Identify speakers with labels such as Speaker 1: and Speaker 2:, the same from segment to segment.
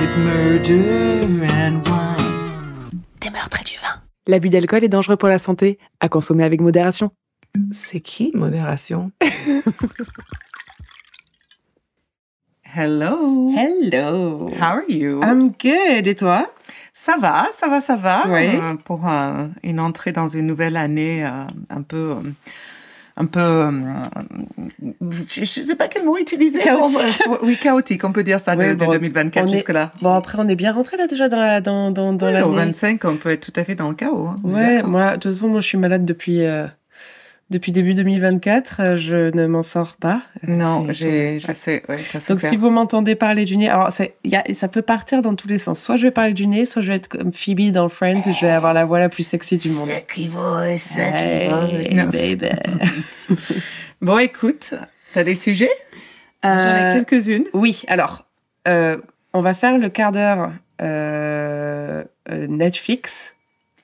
Speaker 1: It's murder and wine.
Speaker 2: Des meurtres et du vin.
Speaker 3: L'abus d'alcool est dangereux pour la santé, à consommer avec modération.
Speaker 1: C'est qui, modération? Hello.
Speaker 4: Hello.
Speaker 1: How are you?
Speaker 4: I'm good. Et toi?
Speaker 1: Ça va, ça va, ça va.
Speaker 4: Oui.
Speaker 1: Euh, pour euh, une entrée dans une nouvelle année euh, un peu. euh, un peu. euh, je ne sais pas quel mot utiliser. pour- euh,
Speaker 4: Chaotique.
Speaker 1: oui, chaotique, on peut dire ça, de,
Speaker 4: Oui,
Speaker 1: de
Speaker 4: bon,
Speaker 1: 2024
Speaker 4: on est-
Speaker 1: jusque-là.
Speaker 4: Bon, après, on est bien rentré là déjà dans la dans, dans, dans
Speaker 1: Ouais,
Speaker 4: l'année.
Speaker 1: au 25, on peut être tout à fait dans le chaos. hein.
Speaker 4: Ouais,
Speaker 1: D'accord.
Speaker 4: moi, de toute façon, moi, je suis malade depuis, euh, depuis début 2024. euh, Je ne m'en sors pas. Euh,
Speaker 1: Non,
Speaker 4: c'est-
Speaker 1: j'ai-
Speaker 4: Ouais.
Speaker 1: je sais. ouais, t'as
Speaker 4: Donc,
Speaker 1: souffert.
Speaker 4: si vous m'entendez parler du nez, alors ça, il y a- ça peut partir dans tous les sens. Soit je vais parler du nez, soit je vais être comme Phoebe dans Friends et je vais avoir la voix la plus sexy du monde. ben
Speaker 1: qui vaut, ce
Speaker 4: Hey,
Speaker 1: Non.
Speaker 4: baby.
Speaker 1: Bon, écoute, t'as des sujets J'en ai
Speaker 4: Euh,
Speaker 1: quelques-unes.
Speaker 4: Oui, alors, euh, on va faire le quart d'heure euh, euh, Netflix.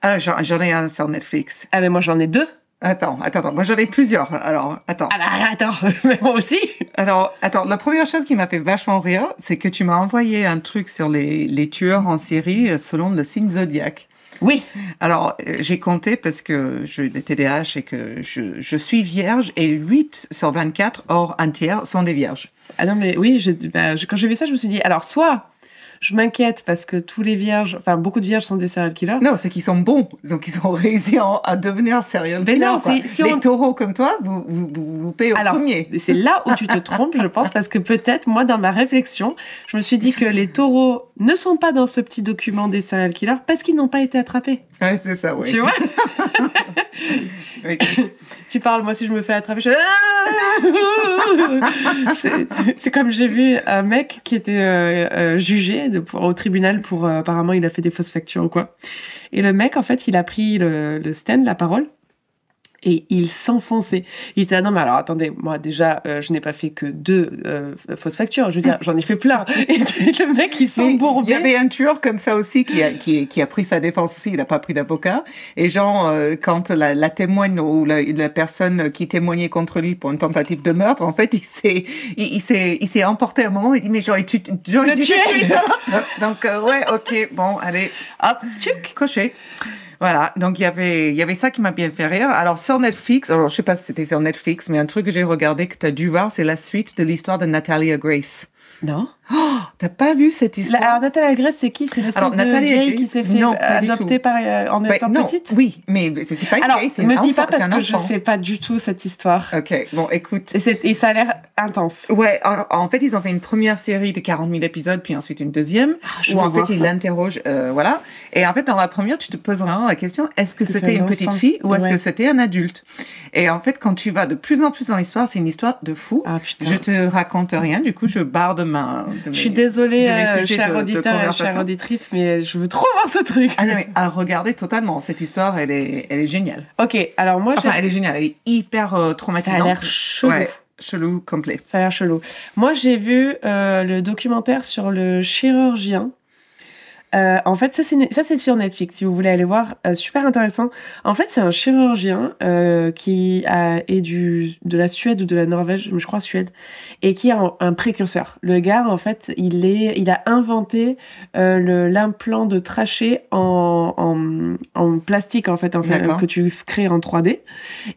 Speaker 1: Ah, j'en j'en ai un sur Netflix.
Speaker 4: Ah, mais moi, j'en ai deux.
Speaker 1: Attends, attends, attends. Moi, j'en ai plusieurs. Alors, attends.
Speaker 4: Ah, bah attends, mais moi aussi.
Speaker 1: Alors, attends, la première chose qui m'a fait vachement rire, c'est que tu m'as envoyé un truc sur les, les tueurs en série euh, selon le signe zodiaque.
Speaker 4: Oui.
Speaker 1: Alors, euh, j'ai compté parce que j'ai des TDAH et que je, je suis vierge et 8 sur 24, or un tiers, sont des vierges.
Speaker 4: Ah non, mais oui, j'ai- bah, je- quand j'ai vu ça, je me suis dit, alors, soit je m'inquiète parce que tous les vierges, enfin, beaucoup de vierges sont des serial killers.
Speaker 1: Non, c'est qu'ils sont bons. Donc, ils ont réussi en- à devenir sérieux.
Speaker 4: Mais non, si- si
Speaker 1: les
Speaker 4: on-
Speaker 1: taureaux comme toi, vous, vous, vous loupez au
Speaker 4: Alors,
Speaker 1: premier.
Speaker 4: Et C'est là où tu te trompes, je pense, parce que peut-être, moi, dans ma réflexion, je me suis dit que les taureaux ne sont pas dans ce petit document des serial killers parce qu'ils n'ont pas été attrapés.
Speaker 1: Ouais, c'est ça, oui.
Speaker 4: Tu vois
Speaker 1: Oui.
Speaker 4: Tu parles, moi si je me fais attraper, je fais... C'est- C'est comme j'ai vu un mec qui était euh, euh, jugé de- pour- au tribunal pour euh, apparemment il a fait des fausses factures ou quoi. Et le mec en fait il a pris le, le stand, la parole. Et il s'enfonçait. Il était ah non mais alors attendez moi déjà euh, je n'ai pas fait que deux euh, fausses factures je veux dire j'en ai fait plein et le mec
Speaker 1: Mais
Speaker 4: il
Speaker 1: Il y
Speaker 4: s'embourbait
Speaker 1: avait un tueur comme ça aussi qui a, qui, qui a pris sa défense aussi, il n'a pas pris d'avocat. Et genre, euh, quand la, la témoigne ou la, la personne qui témoignait contre lui pour une tentative de meurtre, en fait, il s'est, il, il s'est, il s'est emporté un moment, il dit, mais j'aurais tu, j'aurais dû
Speaker 4: Le
Speaker 1: te
Speaker 4: tuer.
Speaker 1: tuer, ça. Donc, euh, ouais, ok, bon, allez,
Speaker 4: hop tchic.
Speaker 1: coché. Voilà, donc il y avait il y avait ça qui m'a bien fait rire. Alors sur Netflix, alors je sais pas si c'était sur Netflix, mais un truc que j'ai regardé que tu as dû voir, c'est la suite de l'histoire de Natalia Grace.
Speaker 4: non
Speaker 1: T'as pas vu cette
Speaker 4: La-
Speaker 1: histoire
Speaker 4: alors Nathalie Agresse, c'est qui C'est l'espèce
Speaker 1: Alors,
Speaker 4: de
Speaker 1: Nathalie
Speaker 4: vieille
Speaker 1: Agreste,
Speaker 4: qui s'est fait
Speaker 1: non, pas du
Speaker 4: adopter par, euh, en
Speaker 1: Ouais,
Speaker 4: étant
Speaker 1: Bah, non,
Speaker 4: petite
Speaker 1: Oui, mais c'est c'est pas une
Speaker 4: Alors,
Speaker 1: vieille, c'est
Speaker 4: me
Speaker 1: Ah, un
Speaker 4: dis
Speaker 1: enfant,
Speaker 4: pas parce
Speaker 1: c'est un
Speaker 4: que je
Speaker 1: enfant. Euh.
Speaker 4: sais pas du tout cette histoire.
Speaker 1: Ok, bon, écoute.
Speaker 4: Et, c'est- et ça a l'air intense.
Speaker 1: Ouais, en, en fait, ils ont fait une première série de 40 000 épisodes, puis ensuite une deuxième,
Speaker 4: Ah, je
Speaker 1: où
Speaker 4: veux
Speaker 1: en
Speaker 4: voir
Speaker 1: fait, ils
Speaker 4: ça.
Speaker 1: l'interrogent, euh, voilà. Et en fait, dans la première, tu te poses vraiment la question, est-ce que
Speaker 4: Est-ce que
Speaker 1: c'était
Speaker 4: c'est un
Speaker 1: une petite
Speaker 4: enfant
Speaker 1: fille ou est-ce que
Speaker 4: Ouais.
Speaker 1: c'était un adulte Et en fait, quand tu vas de plus en plus dans l'histoire, c'est une histoire de fou.
Speaker 4: Ah putain.
Speaker 1: Je
Speaker 4: Je,
Speaker 1: te raconte rien, du coup, je barre de ma... de
Speaker 4: suis
Speaker 1: mes-
Speaker 4: désolée,
Speaker 1: de mes
Speaker 4: euh,
Speaker 1: sujets
Speaker 4: cher
Speaker 1: de- de
Speaker 4: auditeur et chère
Speaker 1: conversation.
Speaker 4: auditrice, mais je veux trop voir ce truc.
Speaker 1: Ah non, mais à regarder totalement, cette histoire, elle est, elle est géniale.
Speaker 4: ok, alors moi, j'ai-
Speaker 1: Ah. Enfin, elle est géniale, elle est hyper euh,
Speaker 4: ça a
Speaker 1: traumatisante.
Speaker 4: l'air chelou.
Speaker 1: Ouais, chelou complet.
Speaker 4: Ça a l'air chelou. Moi, j'ai vu euh, le documentaire sur le chirurgien. Euh, en fait, ça c'est une- ça, c'est sur Netflix. Si vous voulez aller voir, euh, super intéressant. En fait, c'est un chirurgien euh, qui a, est du de la Suède ou de la Norvège, je crois Suède, et qui est un, un précurseur. Le gars, en fait, il est, il a inventé euh, le- l'implant de trachée en, en, en plastique en fait, en fait,
Speaker 1: D'accord.
Speaker 4: que tu f- crées en 3D.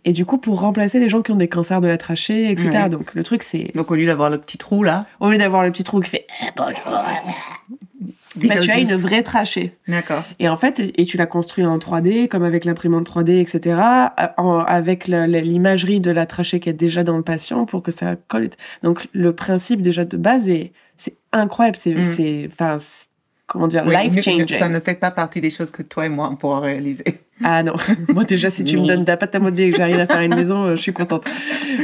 Speaker 4: Et du coup, pour remplacer les gens qui ont des cancers de la trachée, etc.
Speaker 1: Ouais.
Speaker 4: Donc le truc, c'est
Speaker 1: Donc au lieu d'avoir le petit trou là,
Speaker 4: au lieu d'avoir le petit trou qui fait Eh, bonjour, bah, tu as une
Speaker 1: Beetlejuice.
Speaker 4: vraie trachée.
Speaker 1: D'accord.
Speaker 4: Et en fait, et tu l'as construit en 3D, comme avec l'imprimante 3D, etc., en- avec la- la- l'imagerie de la trachée qui est déjà dans le patient pour que ça colle. Donc le principe déjà de base est c'est incroyable, c'est
Speaker 1: Mm.
Speaker 4: c'est enfin c'est- comment dire
Speaker 1: Oui,
Speaker 4: life
Speaker 1: mais Ça
Speaker 4: changing.
Speaker 1: ne fait pas partie des choses que toi et moi on pourra réaliser.
Speaker 4: Ah non, moi déjà si tu me
Speaker 1: Oui.
Speaker 4: donnes de la pâte à modeler et que j'arrive à faire une maison, euh, je suis contente.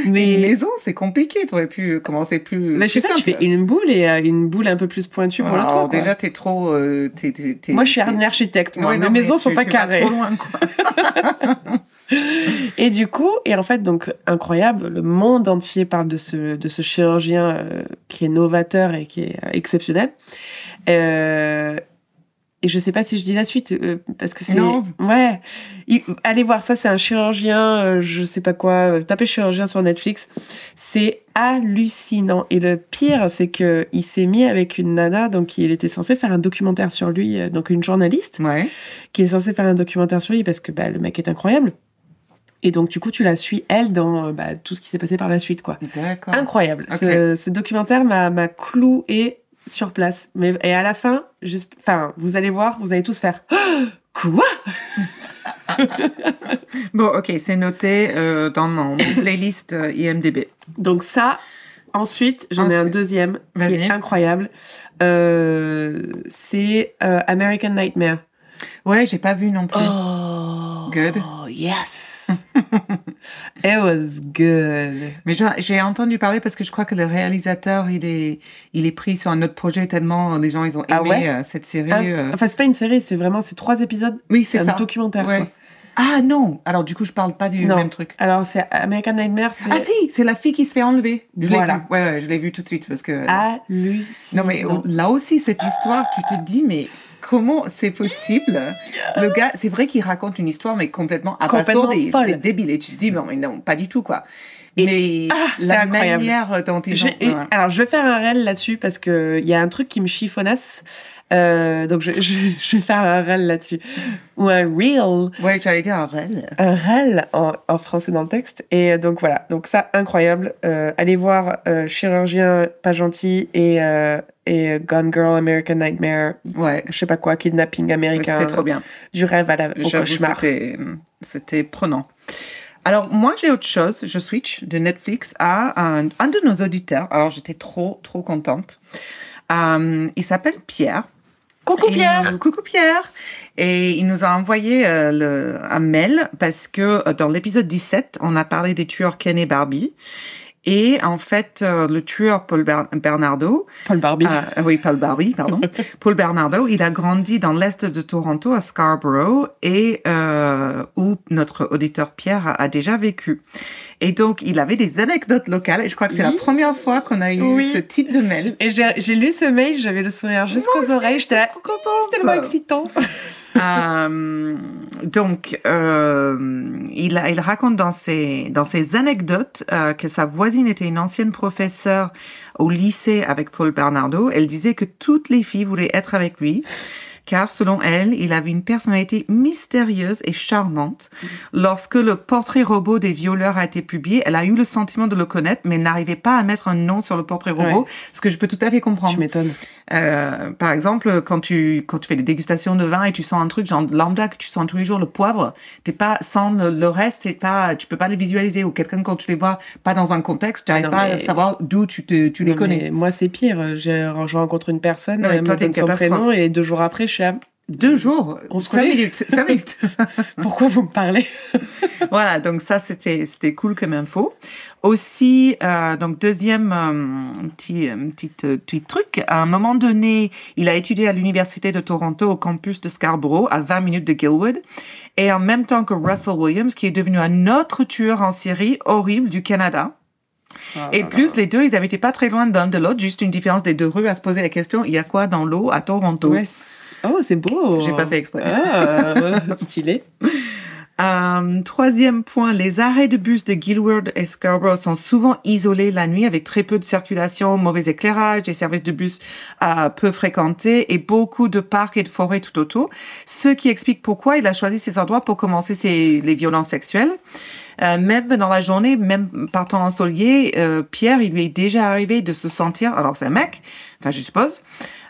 Speaker 4: Mais
Speaker 1: Une maison, c'est compliqué. Tu aurais pu commencer plus.
Speaker 4: mais je sais
Speaker 1: plus
Speaker 4: pas, tu
Speaker 1: simple.
Speaker 4: fais une boule et euh, une boule un peu plus pointue pour
Speaker 1: Voilà,
Speaker 4: l'autre.
Speaker 1: alors
Speaker 4: quoi.
Speaker 1: déjà, t'es trop. euh, t'es- t'es- t'es-
Speaker 4: Moi, je suis
Speaker 1: t'es-
Speaker 4: un architecte. Moi,
Speaker 1: Ouais,
Speaker 4: mes
Speaker 1: non, mais
Speaker 4: maisons sont
Speaker 1: tu-
Speaker 4: pas
Speaker 1: tu vas
Speaker 4: carrées.
Speaker 1: trop loin, quoi.
Speaker 4: Et du coup, et en fait, donc incroyable, le monde entier parle de ce de ce chirurgien euh, qui est novateur et qui est euh, exceptionnel. Euh, et je sais pas si je dis la suite euh, parce que c'est
Speaker 1: Non.
Speaker 4: ouais Il- allez voir ça c'est un chirurgien euh, je sais pas quoi euh, tapez chirurgien sur Netflix c'est hallucinant et le pire c'est que il s'est mis avec une nana donc il était censé faire un documentaire sur lui euh, donc une journaliste
Speaker 1: Ouais.
Speaker 4: qui est censée faire un documentaire sur lui parce que bah, le mec est incroyable et donc du coup tu la suis elle dans euh, bah, tout ce qui s'est passé par la suite quoi
Speaker 1: D'accord.
Speaker 4: Incroyable.
Speaker 1: Ah. Ok.
Speaker 4: Ce, ce documentaire m'a m'a cloué sur place. Mais, et à la fin, j'esp- enfin, vous allez voir, vous allez tous faire Ah Quoi
Speaker 1: Bon, ok, c'est noté euh, dans mon playlist euh, IMDb.
Speaker 4: Donc, ça, ensuite, j'en ai un
Speaker 1: Ensuite.
Speaker 4: deuxième qui
Speaker 1: Vas-y.
Speaker 4: est incroyable. Euh, C'est euh, American Nightmare.
Speaker 1: Ouais, j'ai pas vu non plus.
Speaker 4: Oh
Speaker 1: Good.
Speaker 4: yes It was good.
Speaker 1: Mais j'en- j'ai entendu parler parce que je crois que le réalisateur, il est, il est pris sur un autre projet tellement les gens, ils ont aimé
Speaker 4: Ah ouais
Speaker 1: euh, cette série.
Speaker 4: Un-
Speaker 1: euh.
Speaker 4: Enfin, c'est pas une série, c'est vraiment ces trois épisodes.
Speaker 1: Oui,
Speaker 4: C'est
Speaker 1: c'est ça.
Speaker 4: un documentaire.
Speaker 1: Ouais.
Speaker 4: quoi.
Speaker 1: Ah non, alors du coup, je parle pas du
Speaker 4: Non.
Speaker 1: même truc.
Speaker 4: Alors, c'est American Nightmare, c'est
Speaker 1: Ah si, c'est la fille qui se fait enlever. Je l'ai
Speaker 4: Voilà.
Speaker 1: vu. Ouais, ouais, je l'ai vu tout de suite parce que.
Speaker 4: hallucinant.
Speaker 1: Non mais au- là aussi cette histoire, tu te dis mais comment c'est possible Le gars, c'est vrai qu'il raconte une histoire mais complètement abasourde et,
Speaker 4: folle.
Speaker 1: et débile et tu te dis non mais non pas du tout quoi.
Speaker 4: Et-
Speaker 1: mais
Speaker 4: c'est
Speaker 1: la
Speaker 4: incroyable.
Speaker 1: manière dont ils
Speaker 4: Je-
Speaker 1: ont.
Speaker 4: et-
Speaker 1: ouais.
Speaker 4: Alors, je vais faire un réel là-dessus parce que il y a un truc qui me chiffonnasse. Euh, donc, je, je- je vais faire un réel là-dessus. Ou un reel.
Speaker 1: Ouais, j'allais dire un rêve.
Speaker 4: Un réel en, en français dans le texte. Et euh, donc, voilà. Donc, ça, incroyable. Euh, allez voir euh, Chirurgien pas gentil et, euh, et Gone Girl American Nightmare,
Speaker 1: Ouais,
Speaker 4: je sais pas quoi, Kidnapping américain.
Speaker 1: c'était trop bien.
Speaker 4: Du rêve à la, au
Speaker 1: J'avoue,
Speaker 4: cauchemar.
Speaker 1: c'était- C'était prenant. Alors, moi, j'ai autre chose. Je switch de Netflix à un, un de nos auditeurs. Alors, j'étais trop, trop contente. Euh, il s'appelle Pierre.
Speaker 4: Coucou
Speaker 1: Et-
Speaker 4: Pierre!
Speaker 1: Coucou Pierre. Et il nous a envoyé euh, le- un mail parce que euh, dans l'épisode 17, on a parlé des tueurs Ken et Barbie. Et en fait, euh, le tueur Paul Ber- Bernardo,
Speaker 4: Paul Barbie.
Speaker 1: ah, oui, Paul Barbie, pardon. Paul Bernardo, il a grandi dans l'est de Toronto, à Scarborough, et euh, où notre auditeur Pierre a, a déjà vécu. Et donc, il avait des anecdotes locales, et je crois que c'est
Speaker 4: Oui.
Speaker 1: la première fois qu'on a eu
Speaker 4: Oui.
Speaker 1: ce type de mail.
Speaker 4: Et j'ai j'ai lu ce mail, j'avais le sourire
Speaker 1: Moi
Speaker 4: jusqu'aux
Speaker 1: aussi,
Speaker 4: oreilles. J'étais là,
Speaker 1: Trop
Speaker 4: c'est tellement excitant!
Speaker 1: Euh, donc, euh, il, a- il raconte dans ses, dans ses anecdotes euh, que sa voisine était une ancienne professeure au lycée avec Paul Bernardo. Elle disait que toutes les filles voulaient être avec lui. Car selon elle, il avait une personnalité mystérieuse et charmante. Lorsque le portrait robot des violeurs a été publié, elle a eu le sentiment de le connaître, mais elle n'arrivait pas à mettre un nom sur le portrait robot, ce que je peux tout à fait comprendre.
Speaker 4: Tu m'étonnes.
Speaker 1: Euh, par exemple, quand tu quand tu fais des dégustations de vin et tu sens un truc genre lambda que tu sens tous les jours le poivre, t'es pas sans le, le reste, c'est pas tu peux pas le visualiser ou quelqu'un quand tu les vois pas dans un contexte, tu
Speaker 4: Non,
Speaker 1: n'arrives pas
Speaker 4: mais-
Speaker 1: à savoir d'où tu te tu les
Speaker 4: Non,
Speaker 1: connais.
Speaker 4: mais Moi, c'est pire. Je, je rencontre une personne,
Speaker 1: Non, mais
Speaker 4: elle
Speaker 1: toi,
Speaker 4: me
Speaker 1: t'es
Speaker 4: donne
Speaker 1: une
Speaker 4: son
Speaker 1: catastrophe.
Speaker 4: prénom et deux jours après, je suis là.
Speaker 1: Deux jours,
Speaker 4: On se
Speaker 1: cinq
Speaker 4: connaît.
Speaker 1: minutes, cinq minutes. Ah.
Speaker 4: Pourquoi vous me parlez
Speaker 1: voilà, donc ça c'était c'était cool comme info. Aussi, euh, donc deuxième euh, petit euh, petit, euh, petit truc. À un moment donné, il a étudié à l'université de Toronto au campus de Scarborough, à 20 minutes de Gilwood, et en même temps que Russell Williams, qui est devenu un autre tueur en série horrible du Canada.
Speaker 4: Ah
Speaker 1: Et plus les deux, ils avaient été pas très loin l'un de l'autre, juste une différence des deux rues à se poser la question il y a quoi dans l'eau à Toronto
Speaker 4: Ouais, c'est- Oh, c'est beau.
Speaker 1: J'ai pas fait exprès.
Speaker 4: Ah, stylé.
Speaker 1: Euh, troisième point, les arrêts de bus de Guildwood et Scarborough sont souvent isolés la nuit avec très peu de circulation, mauvais éclairage, des services de bus euh, peu fréquentés et beaucoup de parcs et de forêts tout autour. Ce qui explique pourquoi il a choisi ces endroits pour commencer ses, les violences sexuelles. Euh, même dans la journée, même partant ensoleillé, euh, Pierre, il lui est déjà arrivé de se sentir, alors c'est un mec, enfin je suppose,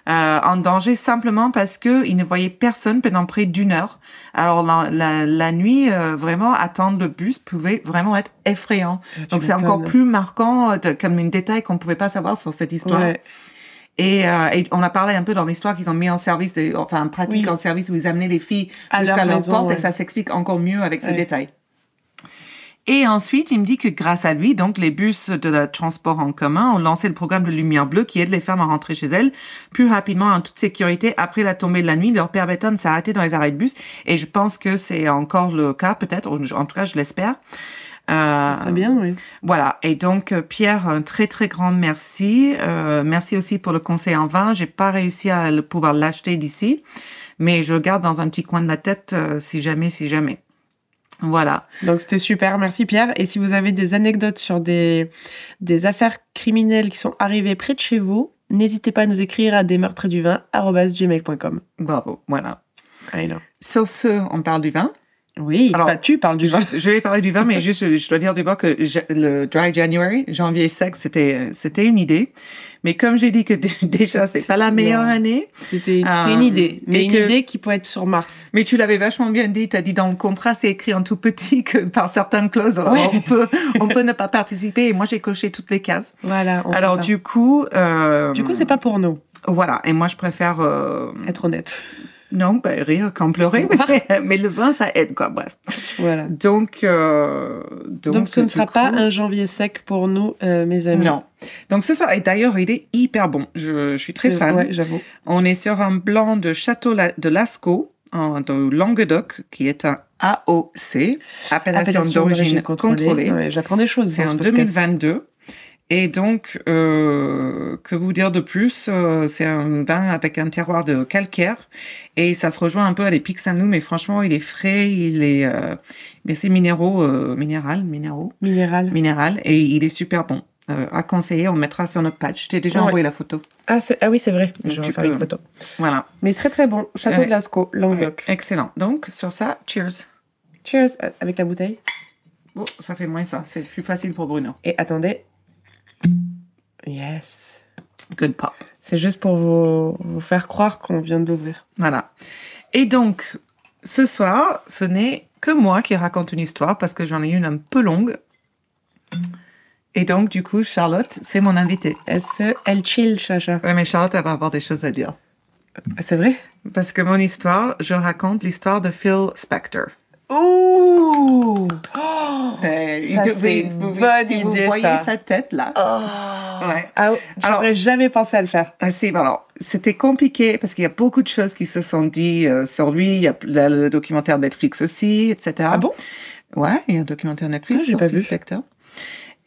Speaker 1: euh, en danger simplement parce que il ne voyait personne pendant près d'une heure. Alors la, la, la nuit, euh, vraiment, attendre le bus pouvait vraiment être effrayant. Donc c'est encore plus marquant euh, de- comme un détail qu'on pouvait pas savoir sur cette histoire.
Speaker 4: Ouais.
Speaker 1: Et, euh, et on a parlé un peu dans l'histoire qu'ils ont mis en service, des- enfin en pratique
Speaker 4: Oui.
Speaker 1: en service où ils amenaient les filles
Speaker 4: À
Speaker 1: jusqu'à
Speaker 4: leur
Speaker 1: leur,
Speaker 4: maison,
Speaker 1: porte
Speaker 4: ouais.
Speaker 1: et ça s'explique encore mieux avec ce
Speaker 4: Ouais.
Speaker 1: détail. Et ensuite, il me dit que grâce à lui, donc les bus de la transport en commun ont lancé le programme de Lumière Bleue qui aide les femmes à rentrer chez elles plus rapidement en toute sécurité après la tombée de la nuit, leur permettant de s'arrêter dans les arrêts de bus. Et je pense que c'est encore le cas, peut-être, ou je- en tout cas, je l'espère. Euh,
Speaker 4: Ça serait bien, oui.
Speaker 1: voilà. Et donc, euh, Pierre, un très, très grand merci. Euh, merci aussi pour le conseil en vain. J'ai pas réussi à le pouvoir l'acheter d'ici. mais je garde dans un petit coin de la tête euh, si jamais, si jamais. Voilà.
Speaker 4: Donc c'était super, merci Pierre. Et si vous avez des anecdotes sur des, des affaires criminelles qui sont arrivées près de chez vous, n'hésitez pas à nous écrire à desmeurtresduvin.com.
Speaker 1: Bravo. Voilà.
Speaker 4: I know.
Speaker 1: Sur ce, on parle du vin.
Speaker 4: Oui,
Speaker 1: Alors,
Speaker 4: enfin, tu parles du vin.
Speaker 1: Je, je vais parler du vin, mais juste, je dois dire d'abord que ja- le Dry January, janvier sec, c'était, euh, c'était une idée. Mais comme j'ai dit que d- déjà, c'est pas la meilleure
Speaker 4: Non.
Speaker 1: année,
Speaker 4: C'était
Speaker 1: Euh,
Speaker 4: c'est une idée, mais
Speaker 1: et
Speaker 4: une
Speaker 1: que-
Speaker 4: idée qui peut être sur Mars.
Speaker 1: Mais tu l'avais vachement bien dit. Tu as dit dans le contrat, c'est écrit en tout petit que par certaines clauses,
Speaker 4: Ouais.
Speaker 1: on peut, on peut ne pas participer. Et moi, j'ai coché toutes les cases.
Speaker 4: Voilà. on sait
Speaker 1: Alors
Speaker 4: pas.
Speaker 1: du coup, euh,
Speaker 4: du coup, c'est pas pour nous,
Speaker 1: voilà. Et moi, je préfère euh,
Speaker 4: être honnête.
Speaker 1: non, ben, rire qu'en pleurer. Mais, mais le vin, ça aide, quoi. Bref.
Speaker 4: voilà.
Speaker 1: Donc, euh, donc,
Speaker 4: Donc, ce ne
Speaker 1: du
Speaker 4: sera pas
Speaker 1: coup-
Speaker 4: un janvier sec pour nous, euh, mes amis.
Speaker 1: Non. Donc ce soir, et d'ailleurs, il est hyper bon. Je, je suis très
Speaker 4: Euh,
Speaker 1: fan.
Speaker 4: Ouais, j'avoue.
Speaker 1: On est sur un blanc de Château La- de Lascaux, en, de Languedoc, qui est un AOC, appellation d'origine contrôlée.
Speaker 4: Ouais, J'apprends des choses.
Speaker 1: C'est
Speaker 4: dans
Speaker 1: en
Speaker 4: ce podcast.
Speaker 1: 2022. Et donc, euh, que vous dire de plus euh, C'est un vin avec un terroir de calcaire et ça se rejoint un peu à des pics Saint-Loup, mais franchement, il est frais, il est, euh, mais c'est minéraux, euh, minéral, minéraux,
Speaker 4: Minéral.
Speaker 1: minéral, et il est super bon. Euh, à conseiller, on mettra sur notre page. Je t'ai déjà
Speaker 4: Ouais.
Speaker 1: envoyé la photo.
Speaker 4: Ah, c'est- ah oui, c'est vrai.
Speaker 1: Donc,
Speaker 4: Je vais
Speaker 1: tu
Speaker 4: faire
Speaker 1: peux-
Speaker 4: une photo.
Speaker 1: Voilà.
Speaker 4: Mais très très bon. Château
Speaker 1: Ouais.
Speaker 4: de Lascaux, Languedoc.
Speaker 1: Excellent. Donc, sur ça, cheers.
Speaker 4: Cheers euh, avec la bouteille.
Speaker 1: Bon, ça fait moins ça. C'est plus facile pour Bruno.
Speaker 4: Et attendez. Yes.
Speaker 1: Good pop.
Speaker 4: C'est juste pour vous, vous faire croire qu'on vient de l'ouvrir.
Speaker 1: Voilà. Et donc, ce soir, ce n'est que moi qui raconte une histoire parce que j'en ai une un peu longue. Et donc, du coup, Charlotte, c'est mon invitée.
Speaker 4: Elle se, elle chill, Chacha.
Speaker 1: Ouais, mais Charlotte, elle va avoir des choses à dire.
Speaker 4: Ah, C'est vrai
Speaker 1: Parce que mon histoire, je raconte l'histoire de Phil Spector.
Speaker 4: Ouh Oh! Ça,
Speaker 1: vous-
Speaker 4: c'est
Speaker 1: vous-
Speaker 4: une
Speaker 1: vous-
Speaker 4: bonne
Speaker 1: si
Speaker 4: idée,
Speaker 1: Vous voyez
Speaker 4: ça.
Speaker 1: sa tête là. Ouais.
Speaker 4: Ah,
Speaker 1: Alors-
Speaker 4: J'aurais jamais pensé à le faire.
Speaker 1: Ah, si, bah alors, c'était compliqué parce qu'il y a beaucoup de choses qui se sont dites euh, sur lui. Il y a la- le documentaire Netflix aussi, etc.
Speaker 4: Ah, bon
Speaker 1: Ouais, il y a un documentaire Netflix
Speaker 4: Ah, j'ai
Speaker 1: sur
Speaker 4: pas
Speaker 1: Phil
Speaker 4: vu.
Speaker 1: Spector.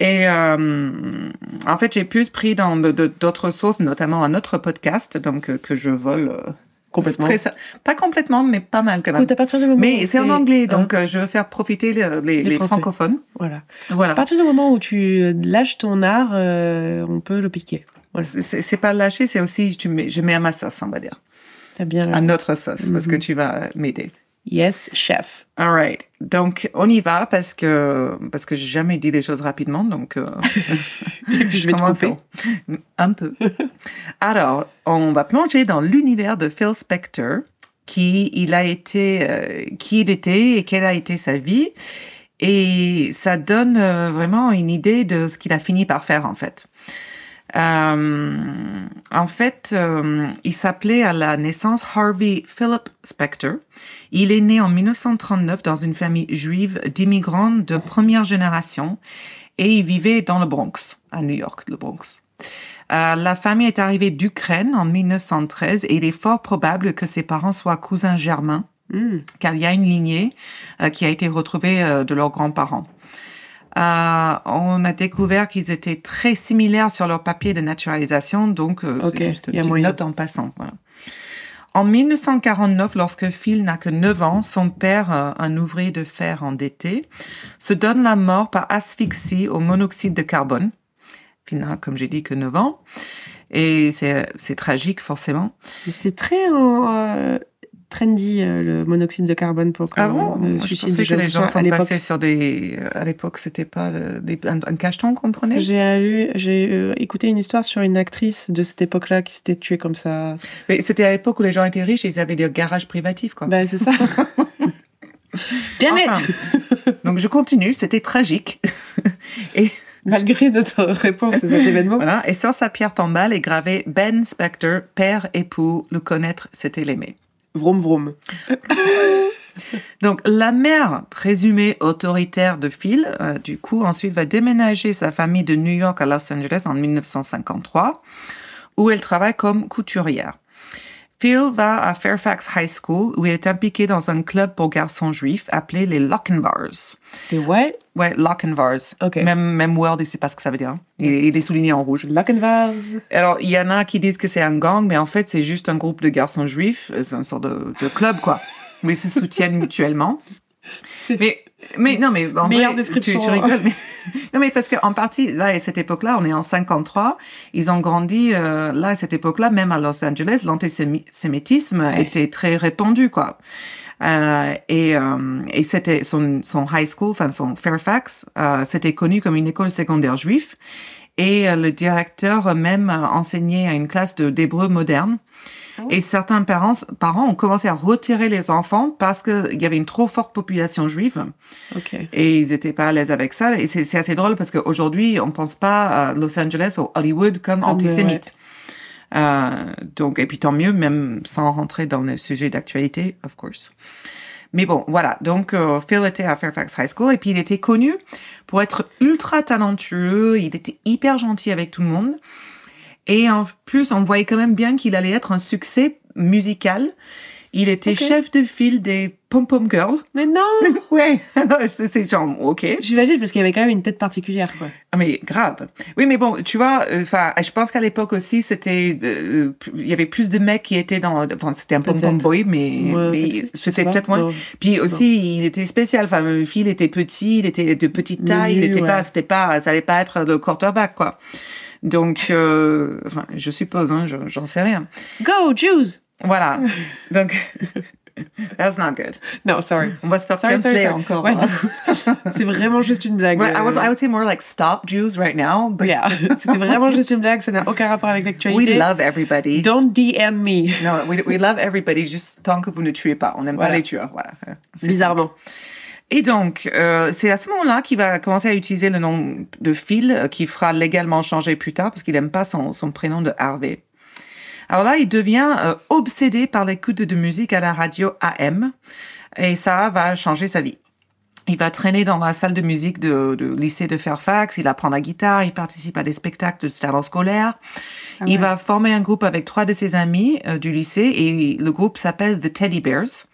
Speaker 1: Et euh, en fait, j'ai plus pris dans de- de- d'autres sources, notamment un autre podcast, donc euh, que je vole euh,
Speaker 4: Complètement.
Speaker 1: très sa- pas complètement, mais pas mal quand même.
Speaker 4: Écoute, à partir du moment
Speaker 1: Mais
Speaker 4: où
Speaker 1: c'est en
Speaker 4: t'es-
Speaker 1: anglais,
Speaker 4: hein,
Speaker 1: donc euh, je veux faire profiter le- les,
Speaker 4: Les
Speaker 1: les
Speaker 4: Français.
Speaker 1: francophones.
Speaker 4: voilà.
Speaker 1: Voilà.
Speaker 4: À partir du moment où tu lâches ton art, euh, on peut le piquer. Voilà.
Speaker 1: C'est- C'est c'est pas lâcher, c'est aussi tu mets, je mets à ma sauce, on va dire,
Speaker 4: T'as bien
Speaker 1: à
Speaker 4: raison.
Speaker 1: notre sauce, parce que
Speaker 4: Mhm.
Speaker 1: tu vas m'aider.
Speaker 4: Yes, chef.
Speaker 1: All right. Donc, on y va parce que, parce que j'ai jamais dit des choses rapidement, donc, euh,
Speaker 4: Et puis je vais te
Speaker 1: commençons.
Speaker 4: couper.
Speaker 1: Un peu. Alors, on va plonger dans l'univers de Phil Spector, qui il a été, euh, qui il était et quelle a été sa vie. Et ça donne euh, vraiment une idée de ce qu'il a fini par faire, en fait. Euh, en fait, euh, il s'appelait à la naissance Harvey Philip Spector. Il est né en 1939 dans une famille juive d'immigrants de première génération et il vivait dans le Bronx, à New York, le Bronx. Euh, la famille est arrivée d'Ukraine en 1913 et il est fort probable que ses parents soient cousins germains
Speaker 4: Hmm.
Speaker 1: car il y a une lignée euh, qui a été retrouvée euh, de leurs grands-parents. Euh, on a découvert qu'ils étaient très similaires sur leur papier de naturalisation, donc euh,
Speaker 4: Ok,
Speaker 1: c'est juste
Speaker 4: il y
Speaker 1: une
Speaker 4: a
Speaker 1: petite
Speaker 4: moyen.
Speaker 1: note en passant. voilà. En 1949, lorsque Phil n'a que 9 ans, son père, euh, un ouvrier de fer endetté, se donne la mort par asphyxie au monoxyde de carbone. Phil n'a, comme j'ai dit, que 9 ans. Et c'est c'est tragique, forcément.
Speaker 4: Mais C'est très en, euh, trendy euh, le monoxyde de carbone pour
Speaker 1: Ah bon
Speaker 4: le
Speaker 1: Je
Speaker 4: suicide
Speaker 1: pensais
Speaker 4: du
Speaker 1: que les
Speaker 4: euh, jeune
Speaker 1: gens
Speaker 4: chien à
Speaker 1: sont
Speaker 4: l'époque.
Speaker 1: passés sur des. euh, À l'époque, c'était pas euh, des... un, un cacheton qu'on
Speaker 4: Parce que
Speaker 1: prenait.
Speaker 4: J'ai lu, j'ai euh, écouté une histoire sur une actrice de cette époque-là qui s'était tuée comme ça.
Speaker 1: Mais c'était à l'époque où les gens étaient riches et ils avaient des garages privatifs, quoi.
Speaker 4: Ben c'est ça. Damn it
Speaker 1: Bah, Enfin, donc je continue, c'était tragique.
Speaker 4: Malgré notre réponse à cet événement.
Speaker 1: Voilà. Et sur sa pierre tombale est gravé Ben Spector, père, époux, le connaître, c'était l'aimer.
Speaker 4: Vroom vroom.
Speaker 1: Donc la mère présumée autoritaire de Phil, euh, du coup, ensuite va déménager sa famille de New York à Los Angeles en 1953, où elle travaille comme couturière. Phil va à Fairfax High School où il est impliqué dans un club pour garçons juifs appelé les Lochinvars.
Speaker 4: Et ouais,
Speaker 1: Ouais, Lochinvars.
Speaker 4: Ok.
Speaker 1: Même, même Word, il sait pas ce que ça veut dire. hein. Il, il est souligné en rouge.
Speaker 4: Lochinvars.
Speaker 1: Alors, il y en a qui disent que c'est un gang, mais en fait, c'est juste un groupe de garçons juifs. euh, C'est une sorte de, de club, quoi. Mais ils se soutiennent mutuellement. Mais, mais non, mais en
Speaker 4: Meilleure
Speaker 1: vrai,
Speaker 4: description.
Speaker 1: Tu, tu rigoles. mais- non, mais parce qu'en partie, là, à cette époque-là, on est en 53, ils ont grandi, euh, là, à cette époque-là, même à Los Angeles, l'antisémitisme était très répandu, quoi. Euh, et euh, et c'était son, son high school, enfin son Fairfax, euh, c'était connu comme une école secondaire juive. Et euh, le directeur euh, même euh, enseignait à une classe de d'hébreu moderne. Et certains parents, parents ont commencé à retirer les enfants parce qu'il y avait une trop forte population juive
Speaker 4: Ok.
Speaker 1: et ils n'étaient pas à l'aise avec ça. Et c'est c'est assez drôle parce qu'aujourd'hui, on pense pas à Los Angeles ou Hollywood comme
Speaker 4: Comme,
Speaker 1: antisémite. Euh, donc, et puis tant mieux, même sans rentrer dans le sujet d'actualité, of course. Mais bon, voilà. Donc, euh, Phil était à Fairfax High School et puis il était connu pour être ultra talentueux. Il était hyper gentil avec tout le monde. Et en plus, on voyait quand même bien qu'il allait être un succès musical. Il était
Speaker 4: Ok.
Speaker 1: chef de file des Pom Pom Girls.
Speaker 4: Mais non
Speaker 1: Ouais, alors, c'est c'est genre, ok.
Speaker 4: J'imagine parce qu'il y avait quand même une tête particulière, quoi.
Speaker 1: Ah, mais grave. Oui, mais bon, tu vois, euh, enfin, je pense qu'à l'époque aussi, c'était, euh, plus- il y avait plus de mecs qui étaient dans, enfin, c'était un pom-pom
Speaker 4: Peut-être.
Speaker 1: boy, mais,
Speaker 4: Ouais,
Speaker 1: mais
Speaker 4: sexiste, je sais
Speaker 1: c'était
Speaker 4: pas.
Speaker 1: peut-être moins.
Speaker 4: Non.
Speaker 1: Puis aussi, il était spécial. Enfin, le fil était petit, il était de petite taille, il
Speaker 4: Menu,
Speaker 1: était
Speaker 4: ouais.
Speaker 1: pas, c'était pas, ça allait pas être le quarterback, quoi. Donc, euh, enfin, je suppose, hein, je- j'en sais rien.
Speaker 4: Go, Jews
Speaker 1: Voilà. Donc, that's not good.
Speaker 4: Non, sorry.
Speaker 1: On va se faire
Speaker 4: Sorry, sorry,
Speaker 1: canceler
Speaker 4: sorry.
Speaker 1: encore.
Speaker 4: Ouais,
Speaker 1: hein.
Speaker 4: de C'est vraiment juste une blague.
Speaker 1: Well, I would,
Speaker 4: euh,
Speaker 1: I would say more like stop Jews right now, but
Speaker 4: yeah. C'était vraiment juste une blague, ça n'a aucun rapport avec l'actualité.
Speaker 1: we love everybody.
Speaker 4: Don't DM me.
Speaker 1: No, we, we love everybody, juste tant que vous ne tuez pas. On n'aime
Speaker 4: Voilà.
Speaker 1: pas les tueurs, voilà. C'est
Speaker 4: Bizarrement.
Speaker 1: ça. Et donc, euh, c'est à ce moment-là qu'il va commencer à utiliser le nom de Phil, euh, qu'il fera légalement changer plus tard, parce qu'il n'aime pas son, son prénom de Harvey. Alors là, il devient euh, obsédé par l'écoute de musique à la radio AM, et ça va changer sa vie. Il va traîner dans la salle de musique de, de lycée de Fairfax, il apprend la guitare, il participe à des spectacles de talent scolaire.
Speaker 4: Ah ouais.
Speaker 1: Il va former un groupe avec trois de ses amis euh, du lycée et le groupe s'appelle The Teddy Bears.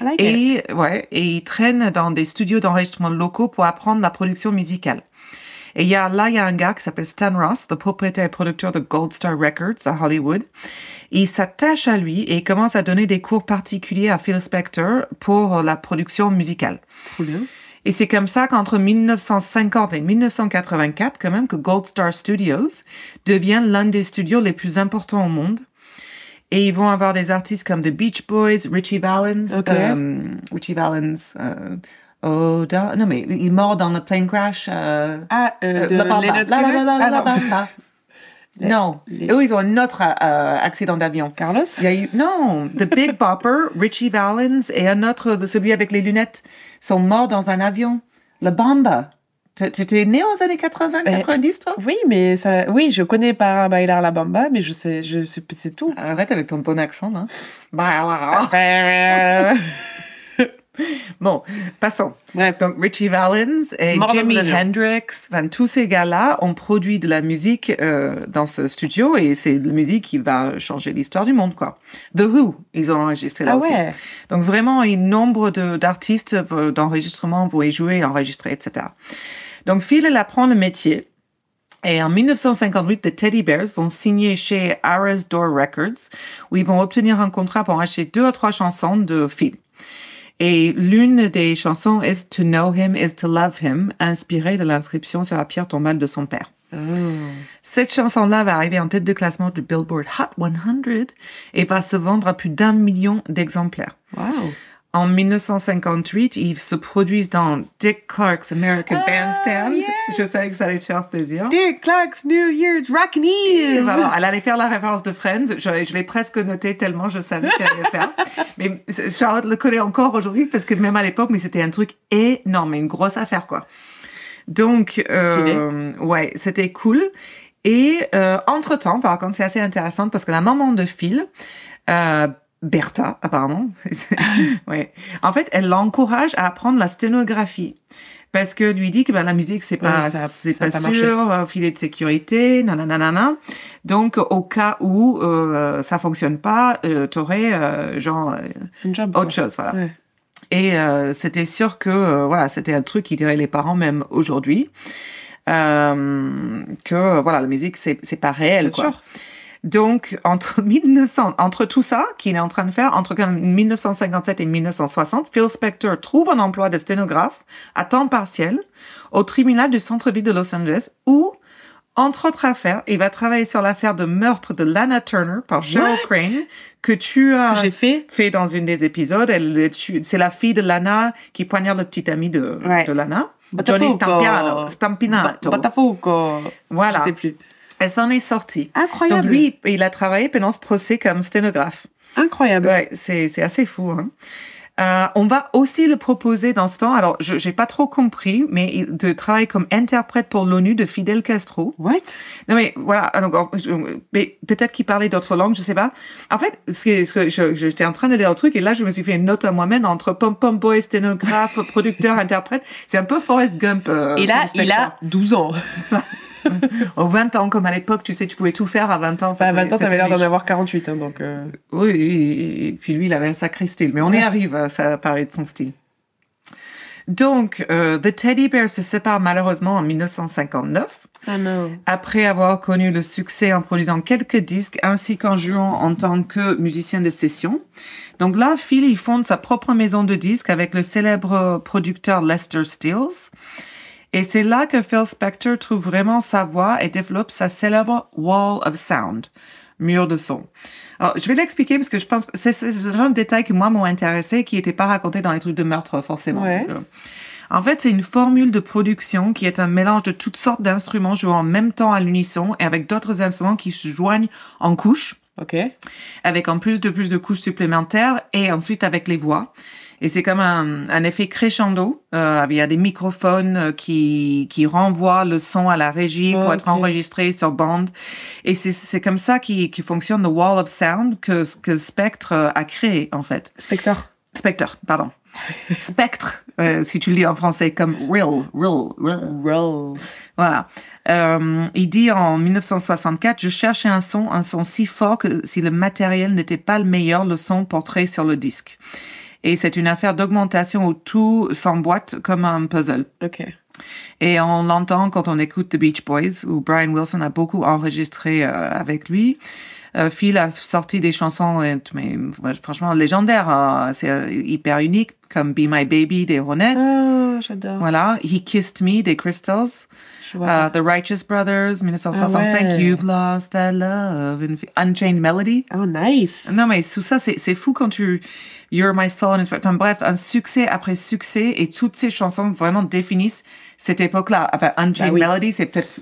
Speaker 4: I like it.
Speaker 1: Et, ouais, et il traîne dans des studios d'enregistrement locaux pour apprendre la production musicale. Et il y a, là, il y a un gars qui s'appelle Stan Ross, le propriétaire et producteur de Gold Star Records à Hollywood. Il s'attache à lui et commence à donner des cours particuliers à Phil Spector pour euh, la production musicale.
Speaker 4: Trop bien.
Speaker 1: Et c'est comme ça qu'entre 1950 et 1984, quand même, que Gold Star Studios devient l'un des studios les plus importants au monde. Et ils vont avoir des artistes comme The Beach Boys, Richie Valens,
Speaker 4: Ok.
Speaker 1: euh, Richie Valens, euh, oh, da- non mais il est mort dans le plane crash. Euh,
Speaker 4: Ah, euh,
Speaker 1: euh,
Speaker 4: de
Speaker 1: la bamba,
Speaker 4: Leonard
Speaker 1: la, la, la, la,
Speaker 4: Skinner Ah,
Speaker 1: la
Speaker 4: non.
Speaker 1: bamba. Non,
Speaker 4: les-
Speaker 1: eux ils ont un autre euh, accident d'avion.
Speaker 4: Carlos
Speaker 1: Il y a eu, non, The Big Bopper, Richie Valens et un autre, celui avec les lunettes, sont morts dans un avion. La Bamba. T- T'étais né aux années 80,
Speaker 4: Euh,
Speaker 1: 90, toi?
Speaker 4: Oui, mais ça, oui, je connais par Bailar La Bamba, mais je sais, je sais, c'est tout.
Speaker 1: Arrête avec ton bon accent, là. Bah, voilà.
Speaker 4: Bref,
Speaker 1: Bon, passons. Donc, Richie Valens et
Speaker 4: Mort dans
Speaker 1: Jimi
Speaker 4: un avion.
Speaker 1: Hendrix, enfin, tous ces gars-là ont produit de la musique euh, dans ce studio et c'est de la musique qui va changer l'histoire du monde, quoi. The Who, ils ont enregistré là
Speaker 4: ah
Speaker 1: aussi.
Speaker 4: ouais,
Speaker 1: Donc vraiment, un nombre de- d'artistes euh, d'enregistrement vont y jouer, enregistrer, etc. Donc Phil, elle apprend le métier. Et en 1958, les Teddy Bears vont signer chez Ares Door Records, où ils vont obtenir un contrat pour acheter deux à trois chansons de Phil. Et l'une des chansons is To Know Him is To Love Him, inspirée de l'inscription sur la pierre tombale de son père. Cette chanson-là va arriver en tête de classement du Billboard Hot 100 et va se vendre à plus d'un million d'exemplaires.
Speaker 4: wow.
Speaker 1: En 1958, ils se produisent dans Dick Clark's American
Speaker 4: Ah,
Speaker 1: Bandstand.
Speaker 4: yes.
Speaker 1: Je savais que ça allait te faire plaisir.
Speaker 4: Dick Clark's New Year's Rockin' Eve.
Speaker 1: Voilà, elle allait faire la référence de Friends. Je, je l'ai presque noté tellement je savais qu'elle allait le faire. Mais c'est- Charlotte le connaît encore aujourd'hui parce que même à l'époque, mais c'était un truc énorme, une grosse affaire, quoi. Donc, euh, ouais, c'était cool. Et euh, entre-temps, par contre, c'est assez intéressant parce que la maman de Phil, euh, Bertha, apparemment. ouais. En fait, elle l'encourage à apprendre la sténographie parce que lui dit que ben, la musique c'est pas
Speaker 4: Ouais, ça a-
Speaker 1: c'est
Speaker 4: ça a
Speaker 1: pas,
Speaker 4: pas marché.
Speaker 1: sûr, un filet de sécurité, nanana. nanana. Donc au cas où euh, ça fonctionne pas, euh, t'aurais euh, genre euh,
Speaker 4: Une job.
Speaker 1: autre chose, voilà.
Speaker 4: Ouais.
Speaker 1: Et euh, c'était sûr que euh, voilà, c'était un truc qui dirait les parents même aujourd'hui euh, que euh, voilà la musique c'est c'est pas réel
Speaker 4: Bien
Speaker 1: quoi.
Speaker 4: sûr.
Speaker 1: Donc, entre 1900, entre tout ça qu'il est en train de faire, entre quand même 1957 et 1960, Phil Spector trouve un emploi de sténographe à temps partiel au tribunal du centre-ville de Los Angeles où, entre autres affaires, il va travailler sur l'affaire de meurtre de Lana Turner par Cheryl
Speaker 4: What?
Speaker 1: Crane que tu as
Speaker 4: J'ai fait.
Speaker 1: fait dans une des épisodes. Elle le tue- C'est la fille de Lana qui poignarde le petit ami de,
Speaker 4: Ouais.
Speaker 1: de Lana.
Speaker 4: Botafogo.
Speaker 1: Johnny Stampinato. Stampinato.
Speaker 4: Ba- Botafogo.
Speaker 1: Voilà.
Speaker 4: Je sais plus.
Speaker 1: Elle s'en est sortie. Donc
Speaker 4: Incroyable.
Speaker 1: lui, il a travaillé pendant ce procès comme sténographe.
Speaker 4: Incroyable.
Speaker 1: Ouais, c'est c'est assez fou. Hein. Euh, on va aussi le proposer dans ce temps. Alors, je j'ai pas trop compris, mais il- de travailler comme interprète pour l'ONU de Fidel Castro.
Speaker 4: What?
Speaker 1: Non mais voilà. Alors, en- je- mais peut-être qu'il parlait d'autres langues, je sais pas. En fait, ce que, ce que je- j'étais en train de lire le truc et là, je me suis fait une note à moi-même entre pom pom boy, sténographe, producteur, interprète. C'est un peu Forrest Gump. euh,
Speaker 4: Et là,
Speaker 1: Phil
Speaker 4: il a 12 ans.
Speaker 1: Spector. Au 20 ans, comme à l'époque, tu sais, tu pouvais tout faire à 20 ans.
Speaker 4: Enfin, à 20 Bah, ans,
Speaker 1: C'était
Speaker 4: t'avais l'air d'en
Speaker 1: riche.
Speaker 4: avoir 48, hein, donc. euh,
Speaker 1: Oui, et, et puis lui, il avait un sacré style. Mais on y
Speaker 4: Ouais.
Speaker 1: arrive, euh, ça parler de son style. Donc, euh, The Teddy Bear se sépare malheureusement en 1959,
Speaker 4: Ah non.
Speaker 1: après avoir connu le succès en produisant quelques disques ainsi qu'en jouant en tant que musicien de session. Donc là, Phil, il fonde sa propre maison de disques avec le célèbre producteur Lester Stills. Et c'est là que Phil Spector trouve vraiment sa voix et développe sa célèbre Wall of Sound, mur de son. Alors, je vais l'expliquer parce que je pense, c'est c'est ce genre de détails qui, moi, m'ont intéressé, qui n'étaient pas racontés dans les trucs de meurtre, forcément.
Speaker 4: Ouais.
Speaker 1: Donc, euh, en fait, c'est une formule de production qui est un mélange de toutes sortes d'instruments joués en même temps à l'unisson et avec d'autres instruments qui se joignent en couches
Speaker 4: Ok.
Speaker 1: avec en plus de plus de couches supplémentaires et ensuite avec les voix. Et c'est comme un, un effet crescendo. Euh, il y a des microphones euh, qui, qui renvoient le son à la régie
Speaker 4: Ah,
Speaker 1: pour être
Speaker 4: ok.
Speaker 1: enregistré sur bande. Et c'est- c'est comme ça qui, qui fonctionne le wall of sound que, que Spectre euh, a créé, en fait.
Speaker 4: Spectre.
Speaker 1: Spectre, pardon. Spectre, euh, si tu le dis en français comme real, real, real.
Speaker 4: Roll.
Speaker 1: Voilà. Euh, il dit en 1964, je cherchais un son, un son si fort que si le matériel n'était pas le meilleur, le son porterait sur le disque. Et c'est une affaire d'augmentation où tout s'emboîte comme un puzzle.
Speaker 4: Ok.
Speaker 1: Et on l'entend quand on écoute The Beach Boys, où Brian Wilson a beaucoup enregistré euh, avec lui. Euh, Phil a sorti des chansons, euh, mais ouais, franchement légendaires, hein. c'est euh, hyper unique, comme Be My Baby des Ronettes.
Speaker 4: Ah, j'adore.
Speaker 1: Voilà, He Kissed Me des Crystals.
Speaker 4: Je vois.
Speaker 1: Uh, The Righteous Brothers, 1965,
Speaker 4: Ah ouais.
Speaker 1: You've Lost That Love, and Unchained Melody.
Speaker 4: Oh, nice.
Speaker 1: Ah, Non, mais tout ça, c'est c'est fou quand tu... You're My Soul, and- enfin bref, un succès après succès, et toutes ces chansons vraiment définissent cette époque-là. Enfin, Unchained
Speaker 4: Bah oui.
Speaker 1: Melody, c'est peut-être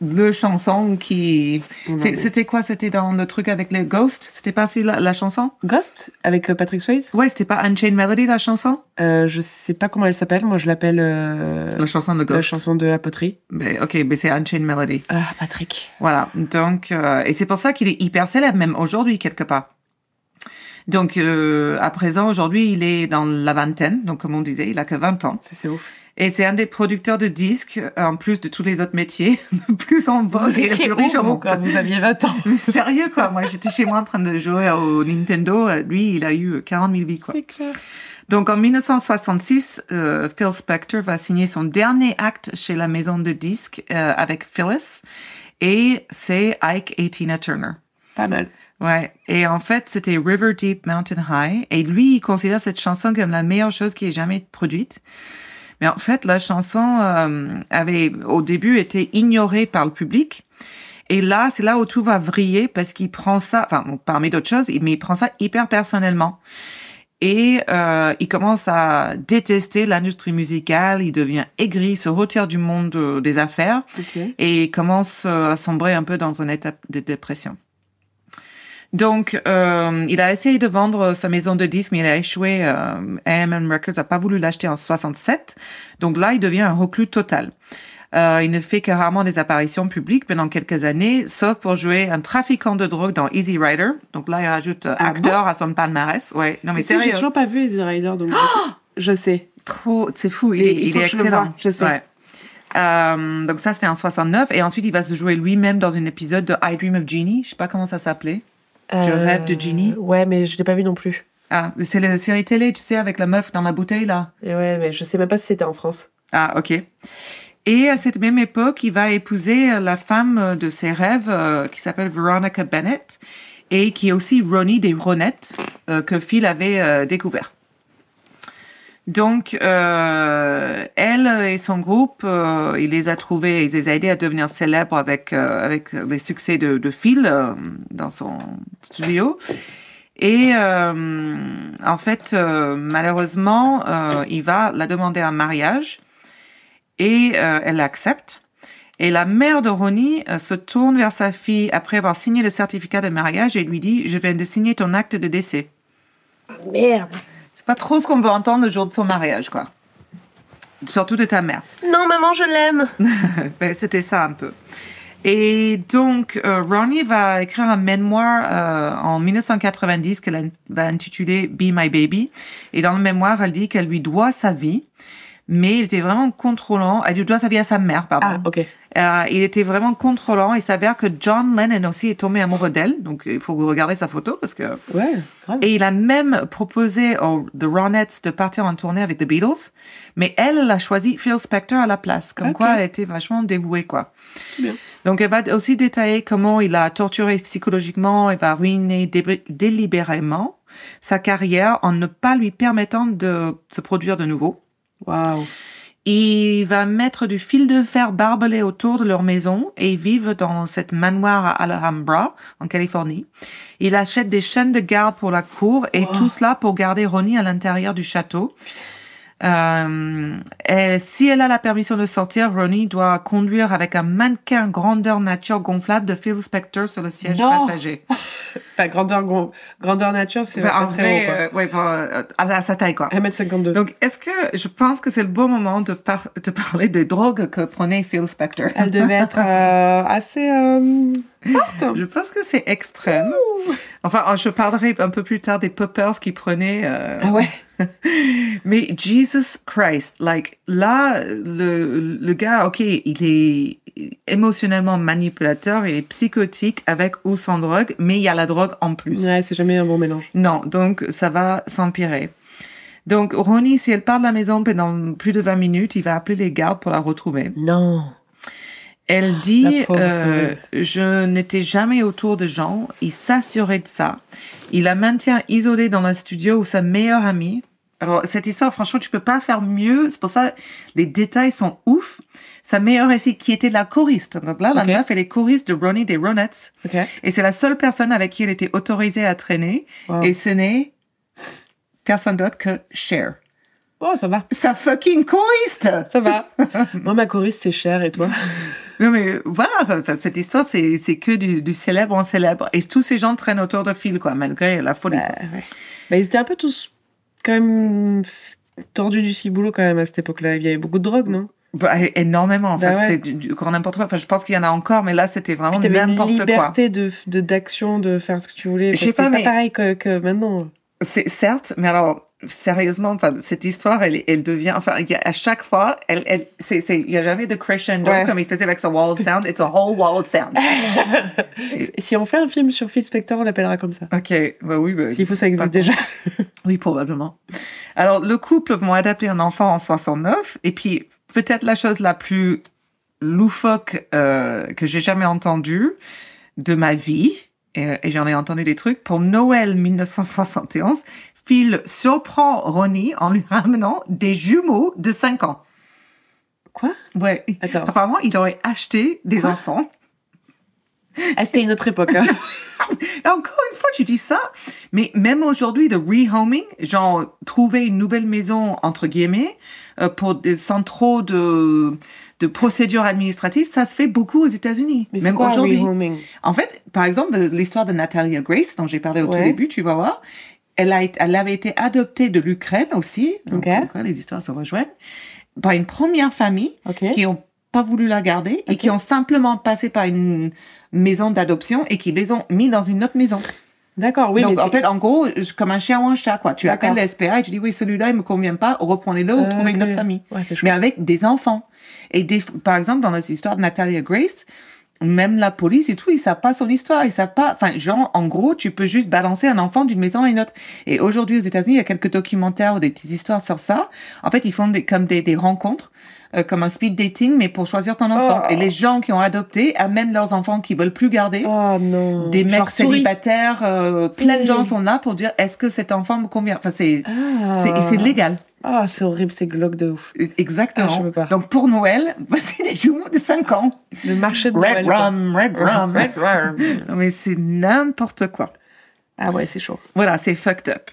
Speaker 1: le chanson qui... C'est- C'était quoi C'était dans le truc avec les Ghosts C'était pas celui-là, la chanson
Speaker 4: Ghost avec euh, Patrick Swayze.
Speaker 1: Ouais, c'était pas Unchained Melody, la chanson
Speaker 4: Euh, je sais pas comment elle s'appelle. Moi, je l'appelle euh,
Speaker 1: La chanson de
Speaker 4: la
Speaker 1: Ghosts.
Speaker 4: chanson de la poterie.
Speaker 1: Mais, ok, mais c'est Unchained Melody.
Speaker 4: Ah, Patrick.
Speaker 1: Voilà, donc euh, et c'est pour ça qu'il est hyper célèbre même aujourd'hui quelque part. Donc euh, à présent aujourd'hui il est dans la vingtaine, donc comme on disait il a que 20 ans
Speaker 4: Ça, c'est ouf.
Speaker 1: et c'est un des producteurs de disques euh, en plus de tous les autres métiers le plus en vogue et le Oh, plus riche au
Speaker 4: vous,
Speaker 1: monde.
Speaker 4: quand vous aviez 20 ans.
Speaker 1: Sérieux quoi, moi j'étais chez moi en train de jouer au Nintendo, euh, lui il a eu 40 000 vies quoi.
Speaker 4: C'est clair.
Speaker 1: Donc en 1966, euh, Phil Spector va signer son dernier acte chez la maison de disques euh, avec Phyllis et c'est Ike et Tina Turner.
Speaker 4: Pas mal.
Speaker 1: Ouais, et en fait, c'était River Deep Mountain High, et lui, il considère cette chanson comme la meilleure chose qui ait jamais produite. Mais en fait, la chanson euh, avait, au début, été ignorée par le public. Et là, c'est là où tout va vriller, parce qu'il prend ça, enfin, bon, parmi d'autres choses, mais il prend ça hyper personnellement. Et euh, il commence à détester l'industrie musicale, il devient aigri, il se retire du monde euh, des affaires
Speaker 4: Ok.
Speaker 1: et commence euh, à sombrer un peu dans un état de dépression. Donc, euh, il a essayé de vendre sa maison de disques, mais il a échoué. Euh, A&M Records n'a pas voulu l'acheter en 67. Donc là, il devient un reclus total. Euh, il ne fait que rarement des apparitions publiques pendant quelques années, sauf pour jouer un trafiquant de drogue dans Easy Rider. Donc là, il rajoute euh,
Speaker 4: Ah
Speaker 1: acteur à son palmarès. Ouais, non mais
Speaker 4: Tu sais, J'ai
Speaker 1: sérieux. Oh
Speaker 4: toujours pas vu Easy Rider, donc je sais.
Speaker 1: Trop, c'est fou, il
Speaker 4: Et
Speaker 1: est,
Speaker 4: il
Speaker 1: il
Speaker 4: faut
Speaker 1: est
Speaker 4: que je le
Speaker 1: excellent.
Speaker 4: voie, je sais.
Speaker 1: Ouais. Euh, donc ça, c'était en 69. Et ensuite, il va se jouer lui-même dans un épisode de I Dream of Genie. Je sais pas comment ça s'appelait. Je
Speaker 4: Euh,
Speaker 1: rêve de Ginny.
Speaker 2: Ouais, mais je l'ai pas vu non plus.
Speaker 1: Ah, c'est la série télé, tu sais, avec la meuf dans la bouteille, là.
Speaker 2: Et ouais, mais je sais même pas si c'était en France.
Speaker 1: Ah, ok. Et à cette même époque, il va épouser euh, la femme euh, de ses rêves euh, qui s'appelle Veronica Bennett et qui est aussi Ronnie des Ronettes euh, que Phil avait euh, découvert. Donc, euh, elle et son groupe, euh, il les a trouvés, il les a aidés à devenir célèbres avec, euh, avec les succès de, de Phil euh, dans son studio. Et euh, en fait, euh, malheureusement, euh, il va la demander en mariage et euh, elle l'accepte. Et la mère de Ronnie euh, se tourne vers sa fille après avoir signé le certificat de mariage et lui dit Je viens de signer ton acte de décès.
Speaker 2: Merde.
Speaker 1: C'est pas trop ce qu'on veut entendre le jour de son mariage, quoi. Surtout de ta mère.
Speaker 2: Non, maman, je l'aime.
Speaker 1: Ben, c'était ça un peu. Et donc, euh, Ronnie va écrire un mémoire euh, en 1990 qu'elle in- va intituler Be My Baby. Et dans le mémoire, elle dit qu'elle lui doit sa vie, mais il était vraiment contrôlant. Elle lui doit sa vie à sa mère,
Speaker 4: Ah,
Speaker 1: pardon.
Speaker 4: ok.
Speaker 1: Euh, il était vraiment contrôlant. Il s'avère que John Lennon aussi est tombé amoureux d'elle. Donc, il faut regarder sa photo parce que...
Speaker 4: Ouais, grave.
Speaker 1: Et il a même proposé aux The Ronettes de partir en tournée avec The Beatles, mais elle, elle a choisi Phil Spector à la place, comme
Speaker 4: Ok.
Speaker 1: quoi elle était vachement dévouée, quoi.
Speaker 4: Très bien.
Speaker 1: Donc elle va aussi détailler comment il a torturé psychologiquement et va ruiner dé- délibérément sa carrière en ne pas lui permettant de se produire de nouveau.
Speaker 4: Waouh.
Speaker 1: Il va mettre du fil de fer barbelé autour de leur maison et ils vivent dans cette manoir à Alhambra, en Californie. Il achète des chaînes de garde pour la cour et tout cela pour garder Ronnie à l'intérieur du château. Euh, et si elle a la permission de sortir, Ronnie doit conduire avec un mannequin grandeur nature gonflable de Phil Spector sur le siège
Speaker 4: Non.
Speaker 1: passager.
Speaker 4: Enfin, grandeur, gon- grandeur nature, c'est
Speaker 1: Enfin,
Speaker 4: pas
Speaker 1: en
Speaker 4: très
Speaker 1: vrai,
Speaker 4: gros,
Speaker 1: euh, ouais, bon, euh, à, à sa taille, quoi.
Speaker 4: quoi. 1m52.
Speaker 1: Donc, est-ce que je pense que c'est le bon moment de, par- de parler des drogues que prenait Phil Spector
Speaker 4: Elle devait être euh, assez euh, forte.
Speaker 1: Je pense que c'est extrême. Enfin, oh, je parlerai un peu plus tard des poppers qui prenaient. euh,
Speaker 4: Ah ouais.
Speaker 1: Mais Jesus Christ, like là, le, le gars, ok, il est émotionnellement manipulateur et psychotique avec ou sans drogue, mais il y a la drogue en plus.
Speaker 4: Ouais, c'est jamais un bon mélange.
Speaker 1: Non, donc ça va s'empirer. Donc Ronnie, si elle part de la maison pendant plus de 20 minutes, il va appeler les gardes pour la retrouver.
Speaker 2: Non.
Speaker 1: Elle dit,
Speaker 4: Ah, la pauvre, c'est
Speaker 1: euh,
Speaker 4: horrible.
Speaker 1: je n'étais jamais autour de Jean. Il s'assurait de ça. Il la maintient isolée dans un studio où sa meilleure amie. Alors, cette histoire, franchement, tu peux pas faire mieux. C'est pour ça, les détails sont ouf. Sa meilleure amie, qui était la choriste. Donc là,
Speaker 4: Ok.
Speaker 1: la meuf, elle est choriste de Ronnie des Ronettes.
Speaker 4: Ok.
Speaker 1: Et c'est la seule personne avec qui elle était autorisée à traîner.
Speaker 4: Wow.
Speaker 1: Et ce n'est personne d'autre que Cher.
Speaker 4: Oh, ça va.
Speaker 1: Sa fucking choriste!
Speaker 4: Ça va. Moi, ma choriste, c'est cher, et toi
Speaker 1: Non mais voilà, enfin, cette histoire c'est c'est que du, du célèbre en célèbre et tous ces gens traînent autour de Phil quoi malgré la folie.
Speaker 4: Bah, ouais. Bah, ils étaient un peu tous quand même f- tordus du ciboulot quand même à cette époque-là. Il y avait beaucoup de drogue, non
Speaker 1: Bah, é- énormément, enfin
Speaker 4: Bah ouais.
Speaker 1: c'était du, du grand n'importe quoi. Enfin je pense qu'il y en a encore mais là c'était vraiment
Speaker 4: Puis t'avais une
Speaker 1: Oh, n'importe quoi.
Speaker 4: liberté de de- d'action, de, faire ce que tu voulais.
Speaker 1: Je sais
Speaker 4: C'était
Speaker 1: pas, mais-
Speaker 4: pareil que, que maintenant.
Speaker 1: C'est certes, mais alors sérieusement, enfin cette histoire elle elle devient enfin il y a, à chaque fois elle elle c'est c'est il y a jamais de crescendo
Speaker 4: Ouais.
Speaker 1: comme il faisait avec son wall of sound, it's a whole wall of sound.
Speaker 4: Si on fait un film sur Phil Spector, on l'appellera comme ça.
Speaker 1: OK, bah oui, bah,
Speaker 4: S'il faut, ça existe
Speaker 1: Pardon.
Speaker 4: déjà.
Speaker 1: Oui, probablement. Alors, le couple vont adapter un enfant en 69, et puis peut-être la chose la plus loufoque euh, que j'ai jamais entendue de ma vie, et, et j'en ai entendu des trucs, pour Noël 1971, Phil surprend Ronnie en lui ramenant des jumeaux de 5 ans.
Speaker 4: Quoi
Speaker 1: Ouais.
Speaker 4: Attends.
Speaker 1: Apparemment, il aurait acheté des
Speaker 4: Quoi
Speaker 1: enfants.
Speaker 4: Ah, c'était une autre époque. hein.
Speaker 1: Et encore une fois, tu dis ça, mais même aujourd'hui, le rehoming, genre trouver une nouvelle maison, entre guillemets, euh, pour, des- sans trop de, de procédures administratives, ça se fait beaucoup aux États-Unis,
Speaker 4: Mais c'est
Speaker 1: même
Speaker 4: quoi un
Speaker 1: aujourd'hui.
Speaker 4: rehoming
Speaker 1: En fait, par exemple, l'histoire de Natalia Grace, dont j'ai parlé au tout
Speaker 4: Ouais.
Speaker 1: début, tu vas voir, elle, a, été- elle avait été adoptée de l'Ukraine aussi, donc
Speaker 4: Ok.
Speaker 1: comme quoi les histoires se rejoignent, par une première famille
Speaker 4: Ok.
Speaker 1: qui ont pas voulu la garder et qui ont simplement passé par une maison d'adoption et qui les ont mis dans une autre maison.
Speaker 4: D'accord, oui,
Speaker 1: Donc
Speaker 4: mais
Speaker 1: en
Speaker 4: c'est-
Speaker 1: fait, en gros, je- comme un chien ou un chat, quoi. Tu
Speaker 4: D'accord.
Speaker 1: appelles la SPA et tu dis oui, celui-là il me convient pas, reprenez-le ou
Speaker 4: Ah,
Speaker 1: trouvez une
Speaker 4: ok.
Speaker 1: autre famille.
Speaker 4: Ouais, c'est
Speaker 1: Mais
Speaker 4: chouette.
Speaker 1: avec des enfants. Et des, par exemple, dans les histoires de Natalia Grace, même la police et tout, ils savent pas son histoire, ils savent pas. Enfin, genre, en gros, tu peux juste balancer un enfant d'une maison à une autre. Et aujourd'hui, aux États-Unis, il y a quelques documentaires ou des petites histoires sur ça. En fait, ils font des, comme des, des rencontres, euh, comme un speed dating, mais pour choisir ton enfant.
Speaker 4: Oh.
Speaker 1: Et les gens qui ont adopté amènent leurs enfants qu'ils veulent plus garder
Speaker 4: Oh non.
Speaker 1: des mecs
Speaker 4: Genre souris.
Speaker 1: célibataires, euh, plein de
Speaker 4: Oui.
Speaker 1: gens sont là pour dire est-ce que cet enfant me convient Enfin, c'est
Speaker 4: Ah.
Speaker 1: c'est- et c'est légal. E,
Speaker 4: Ah, c'est horrible, c'est glauque de ouf.
Speaker 1: Exactement.
Speaker 4: Ah, je veux pas.
Speaker 1: Donc pour Noël, bah, c'est des jumeaux de 5 ans.
Speaker 4: Le marché de Noël.
Speaker 1: Red
Speaker 4: quoi. Ah,
Speaker 1: rum, red rum.
Speaker 4: Red rum.
Speaker 1: Non, mais c'est n'importe quoi.
Speaker 4: Ah ouais, c'est chaud.
Speaker 1: Voilà, c'est fucked up.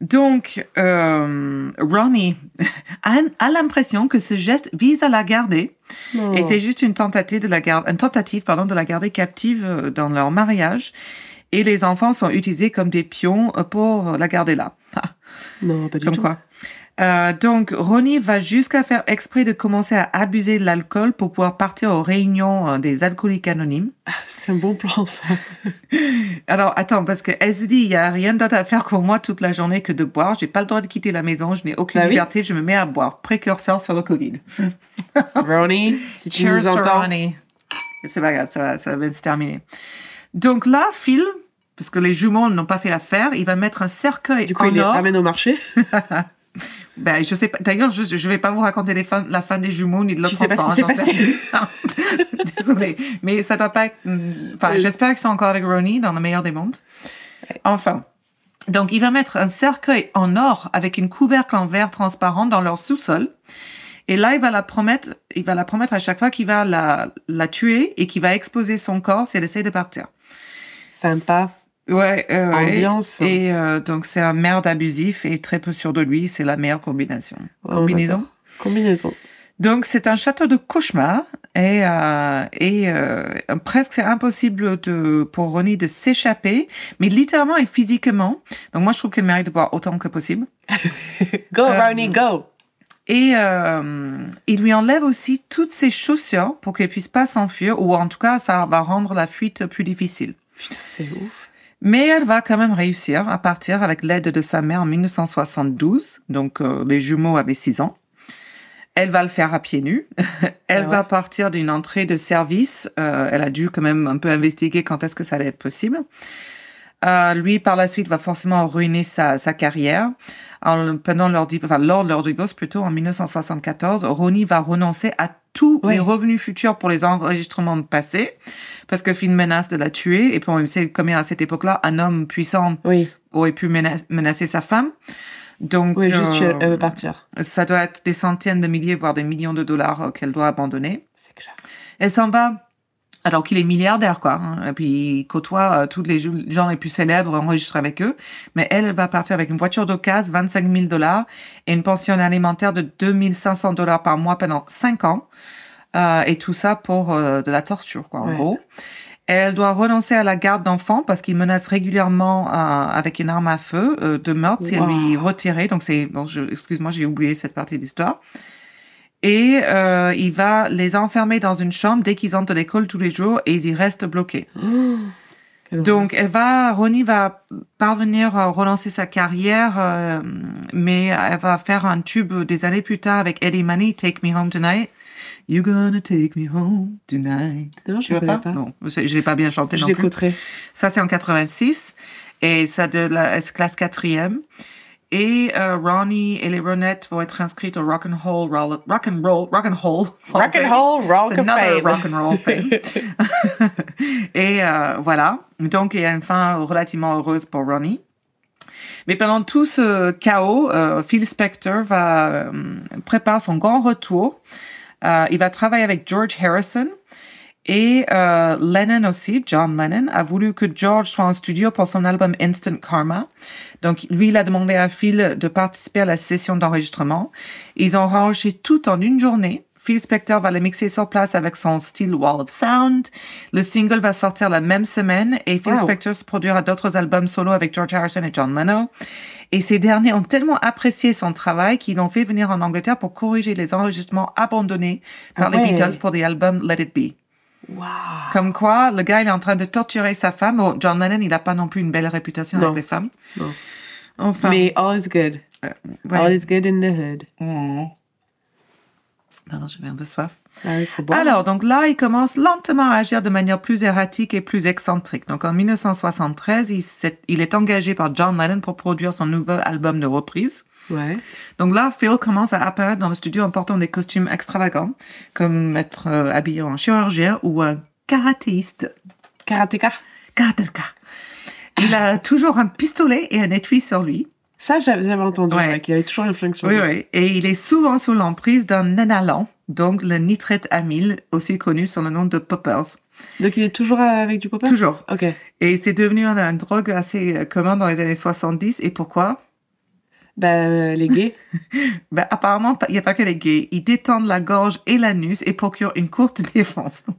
Speaker 1: Donc, euh, Ronnie a, a l'impression que ce geste vise à la garder
Speaker 4: Oh.
Speaker 1: et c'est juste une tentative de la garde, une tentative pardon de la garder captive euh, dans leur mariage. Et les enfants sont utilisés comme des pions euh, pour la garder là. Ah,
Speaker 4: Non, pas du
Speaker 1: comme
Speaker 4: tout.
Speaker 1: quoi. Euh, donc, Ronnie va jusqu'à faire exprès de commencer à abuser de l'alcool pour pouvoir partir aux réunions euh, des alcooliques anonymes.
Speaker 4: C'est un bon plan, ça.
Speaker 1: Alors, attends, parce que elle se dit, il n'y a rien d'autre à faire pour moi toute la journée que de boire. J'ai pas le droit de quitter la maison. Je n'ai aucune
Speaker 4: Bah oui.
Speaker 1: liberté. Je me mets à boire. Précurseur sur le Covid.
Speaker 4: Ronnie, si tu
Speaker 1: Cheers
Speaker 4: nous
Speaker 1: to
Speaker 4: entends.
Speaker 1: Ronnie. C'est pas grave, ça, va- ça va bien se terminer. Donc là, Phil, parce que les jumeaux n'ont pas fait l'affaire, il va mettre un cercueil
Speaker 4: Du coup,
Speaker 1: en
Speaker 4: il les
Speaker 1: or.
Speaker 4: ramène au marché.
Speaker 1: Ben, je sais pas. D'ailleurs, je, je vais pas vous raconter les fins, la fin des jumeaux ni de l'autre
Speaker 4: sais pas ce
Speaker 1: enfant.
Speaker 4: qui
Speaker 1: hein,
Speaker 4: s'est
Speaker 1: j'en sais- Désolée, mais ça doit pas être. hum, Enfin,
Speaker 4: Euh.
Speaker 1: j'espère qu'ils sont encore avec Ronnie dans le meilleur des mondes. Enfin. Donc, il va mettre un cercueil en or avec une couvercle en verre transparent dans leur sous-sol. Et là, il va la promettre, il va la promettre à chaque fois qu'il va la, la tuer et qu'il va exposer son corps si elle essaie de partir.
Speaker 4: Sympa.
Speaker 1: Ouais, euh, ouais.
Speaker 4: Ambiance.
Speaker 1: Et euh, donc, c'est un merde abusif et très peu sûr de lui. C'est la meilleure combinaison.
Speaker 4: Ouais,
Speaker 1: combinaison.
Speaker 4: Combinaison.
Speaker 1: Donc c'est un château de cauchemar et, euh, et euh, presque c'est impossible de, pour Ronnie de s'échapper, mais littéralement et physiquement. Donc moi je trouve qu'elle mérite de boire autant que possible.
Speaker 4: Go,
Speaker 1: Euh,
Speaker 4: Ronnie, go.
Speaker 1: Et euh, il lui enlève aussi toutes ses chaussures pour qu'elle puisse pas s'enfuir ou en tout cas ça va rendre la fuite plus difficile.
Speaker 4: C'est ouf.
Speaker 1: Mais elle va quand même réussir à partir avec l'aide de sa mère en 1972. Donc, euh, les jumeaux avaient 6 ans. Elle va le faire à pieds nus. elle
Speaker 4: Ah ouais.
Speaker 1: va partir d'une entrée de service. Euh, elle a dû quand même un peu investiguer quand est-ce que ça allait être possible. Euh, lui, par la suite, va forcément ruiner sa, sa carrière. En, pendant leur, div- enfin, lors de leur divorce, plutôt, en 1974, Ronnie va renoncer à tous
Speaker 4: Ouais.
Speaker 1: les revenus futurs pour les enregistrements passés parce que Finn menace de la tuer. Et puis, on sait combien à cette époque-là, un homme puissant
Speaker 4: Oui,
Speaker 1: aurait pu mena- menacer sa femme. Donc,
Speaker 4: oui juste tu
Speaker 1: euh,
Speaker 4: elle veut partir.
Speaker 1: ça doit être des centaines de milliers, voire des millions de dollars euh, qu'elle doit abandonner.
Speaker 4: C'est clair.
Speaker 1: Elle s'en va. Alors qu'il est milliardaire, quoi. hein. Et puis, il côtoie euh, tous les jou- gens les plus célèbres, enregistre avec eux. Mais elle, elle va partir avec une voiture d'occasion, 25 000 dollars, et une pension alimentaire de 2500 dollars par mois pendant 5 ans. Euh, et tout ça pour euh, de la torture, quoi, en
Speaker 4: Ouais.
Speaker 1: gros. Elle doit renoncer à la garde d'enfants parce qu'il menace régulièrement euh, avec une arme à feu euh, de meurtre si elle lui retirait. Donc c'est bon, je- excuse-moi, j'ai oublié cette partie de l'histoire. Et euh, il va les enfermer dans une chambre dès qu'ils entrent de l'école tous les jours et ils y restent bloqués.
Speaker 4: Quelle horreur.
Speaker 1: Donc, elle va, Ronnie va parvenir à relancer sa carrière, euh, mais elle va faire un tube des années plus tard avec Eddie Money, Take Me Home Tonight. You're gonna take me home tonight.
Speaker 4: Non, Ah, je
Speaker 1: Tu
Speaker 4: ne
Speaker 1: vois
Speaker 4: connais pas.
Speaker 1: Non, c'est- je l'ai pas bien chanté
Speaker 4: Je
Speaker 1: non plus.
Speaker 4: l'écouterai.
Speaker 1: Ça, c'est en 86. Et ça, de la, elle se classe quatrième. Et euh, Ronnie et les Ronettes vont être inscrites au Rock'n'Roll, Roll- Rock'n'Roll, Rock'n'Roll.
Speaker 4: Rock and roll, rock
Speaker 1: It's
Speaker 4: and
Speaker 1: another
Speaker 4: fame.
Speaker 1: rock and roll thing. et euh, voilà. Donc, il y a une fin relativement heureuse pour Ronnie. Mais pendant tout ce chaos, euh, Phil Spector va euh, prépare son grand retour. Euh, il va travailler avec George Harrison et euh, Lennon aussi, John Lennon, a voulu que George soit en studio pour son album Instant Karma. Donc, lui, il a demandé à Phil de participer à la session d'enregistrement. Ils ont enregistré tout en une journée. Phil Spector va le mixer sur place avec son Steel Wall of Sound. Le single va sortir la même semaine et Phil
Speaker 4: Wow.
Speaker 1: Spector se produira d'autres albums solo avec George Harrison et John Lennon. Et ces derniers ont tellement apprécié son travail qu'ils l'ont fait venir en Angleterre pour corriger les enregistrements abandonnés par
Speaker 4: Ah
Speaker 1: les
Speaker 4: ouais.
Speaker 1: Beatles pour des albums Let It Be.
Speaker 4: Waouh.
Speaker 1: Comme quoi, le gars, il est en train de torturer sa femme. Bon, John Lennon, il n'a pas non plus une belle réputation
Speaker 4: Non.
Speaker 1: avec les femmes.
Speaker 4: Non.
Speaker 1: Enfin,
Speaker 4: Mais all is good.
Speaker 1: ouais.
Speaker 4: All is good in the hood.
Speaker 1: Mmh. Pardon, j'avais un peu soif.
Speaker 4: Ah, il faut boire.
Speaker 1: Alors, donc là, il commence lentement à agir de manière plus erratique et plus excentrique. Donc, en 1973, il, s'est- il est engagé par John Lennon pour produire son nouvel album de reprise.
Speaker 4: Ouais.
Speaker 1: Donc là, Phil commence à apparaître dans le studio en portant des costumes extravagants, comme être euh, habillé en chirurgien ou un karatéiste.
Speaker 4: Karatéka.
Speaker 1: Karateka. Il a toujours un pistolet et un étui sur lui.
Speaker 4: Ça, j'a- j'avais entendu.
Speaker 1: Ouais.
Speaker 4: ouais, qu'il y avait toujours une flingue sur
Speaker 1: Oui,
Speaker 4: lui.
Speaker 1: oui. Et il est souvent sous l'emprise d'un nanalan, donc le nitrate amyle, aussi connu sous le nom de poppers.
Speaker 4: Donc il est toujours euh, avec du popper
Speaker 1: Toujours.
Speaker 4: Ok.
Speaker 1: Et c'est devenu une, une drogue assez euh, commune dans les années 70. Et pourquoi
Speaker 4: Bah, euh, les gays.
Speaker 1: ben, Apparemment, il n'y a pas que les gays. Ils détendent la gorge et l'anus et procurent une courte défense. Donc,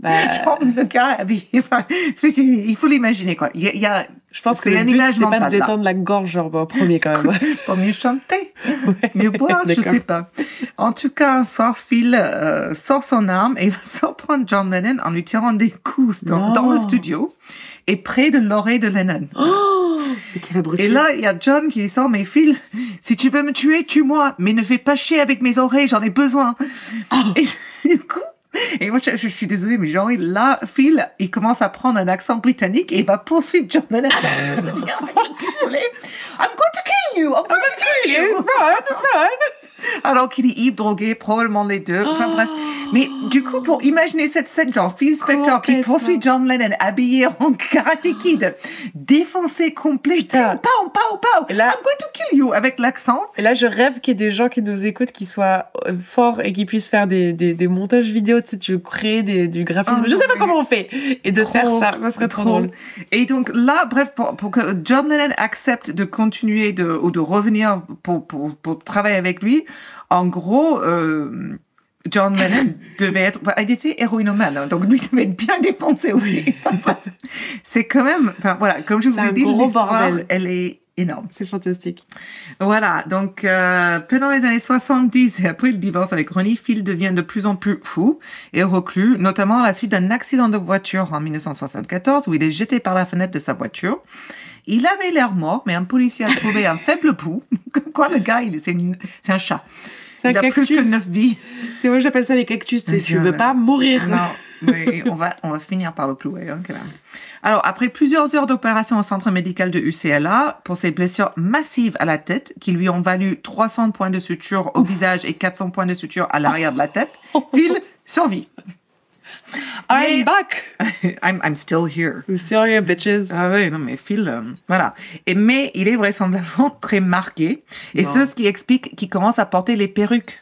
Speaker 4: Bah,
Speaker 1: genre, le gars habillé, par- il faut l'imaginer, quoi. Il y a, il y a-
Speaker 4: je pense
Speaker 1: C'est
Speaker 4: que le
Speaker 1: une
Speaker 4: but,
Speaker 1: image
Speaker 4: c'était pas
Speaker 1: mentale,
Speaker 4: de
Speaker 1: là.
Speaker 4: détendre la gorge, genre, bah, en premier, quand même.
Speaker 1: pour mieux chanter. mieux boire, je
Speaker 4: D'accord.
Speaker 1: sais pas. En tout cas, un soir, Phil euh, sort son arme et va surprendre John Lennon en lui tirant des coups dans,
Speaker 4: Non.
Speaker 1: dans le studio et près de l'oreille de Lennon.
Speaker 4: oh Mais quel abruti.
Speaker 1: Et là, il y a John qui lui sort, mais Phil, si tu peux me tuer, tue-moi, mais ne fais pas chier avec mes oreilles, j'en ai besoin. Et du coup, et moi, je, je suis désolée, mais genre, là, Phil, il commence à prendre un accent britannique et il va poursuivre John Lennon avec le pistolet. I'm going to kill you! Euh. I'm going to kill you! Alors qu'il est ivre, drogué, probablement les
Speaker 4: Oh
Speaker 1: deux. Enfin bref. Mais du coup, pour imaginer cette scène, genre Phil Spector qui
Speaker 4: Complètement.
Speaker 1: poursuit John Lennon habillé en karaté kid, défoncé complètement,
Speaker 4: Putain.
Speaker 1: Oh, pow, pow, pow,
Speaker 4: Ah. Et là-
Speaker 1: I'm going to kill you avec l'accent.
Speaker 4: Et là, je rêve qu'il y ait des gens qui nous écoutent, qui soient euh, forts et qui puissent faire des, des, des montages vidéo, tu sais, tu veux créer des, du graphisme.
Speaker 1: Oh,
Speaker 4: je sais pas
Speaker 1: mais-
Speaker 4: comment on fait. Et de
Speaker 1: Trop,
Speaker 4: faire ça, ça serait trop drôle.
Speaker 1: Et donc là, bref, pour, pour que John Lennon accepte de continuer de, ou de revenir pour, pour, pour travailler avec lui, en gros, euh, John Lennon devait être, bah, il était héroïnomane, hein, donc lui devait être bien dépensé aussi. c'est quand même, enfin voilà, comme je vous
Speaker 4: C'est
Speaker 1: ai
Speaker 4: un
Speaker 1: dit,
Speaker 4: gros
Speaker 1: l'histoire,
Speaker 4: bordel.
Speaker 1: elle est énorme.
Speaker 4: C'est fantastique.
Speaker 1: Voilà, donc euh, pendant les années 70 et après le divorce avec Ronnie, Phil devient de plus en plus fou et reclus, notamment à la suite d'un accident de voiture en 1974 où il est jeté par la fenêtre de sa voiture. Il avait l'air mort, mais un policier a trouvé un faible pouls. Comme quoi, le gars, il c'est une- c'est un chat.
Speaker 4: C'est un
Speaker 1: Il a plus
Speaker 4: cactus.
Speaker 1: que neuf vies.
Speaker 4: C'est moi, j'appelle ça les cactus. C'est
Speaker 1: Mais
Speaker 4: tu
Speaker 1: je-
Speaker 4: veux pas mourir.
Speaker 1: Non, oui, on va, on va finir par le clouer, hein, quand même. Alors, après plusieurs heures d'opération au centre médical de UCLA pour ses blessures massives à la tête, qui lui ont valu 300 points de suture au visage et 400 points de suture à l'arrière de la tête, Phil survit.
Speaker 4: Ah, I'm
Speaker 1: Mais-
Speaker 4: back.
Speaker 1: I'm, I'm still here.
Speaker 4: I'm sorry, bitches.
Speaker 1: Ah oui, non mais Phil, euh, voilà. Et, mais il est vraisemblablement très marqué. Et
Speaker 4: Bon.
Speaker 1: c'est ce qui explique qu'il commence à porter les perruques.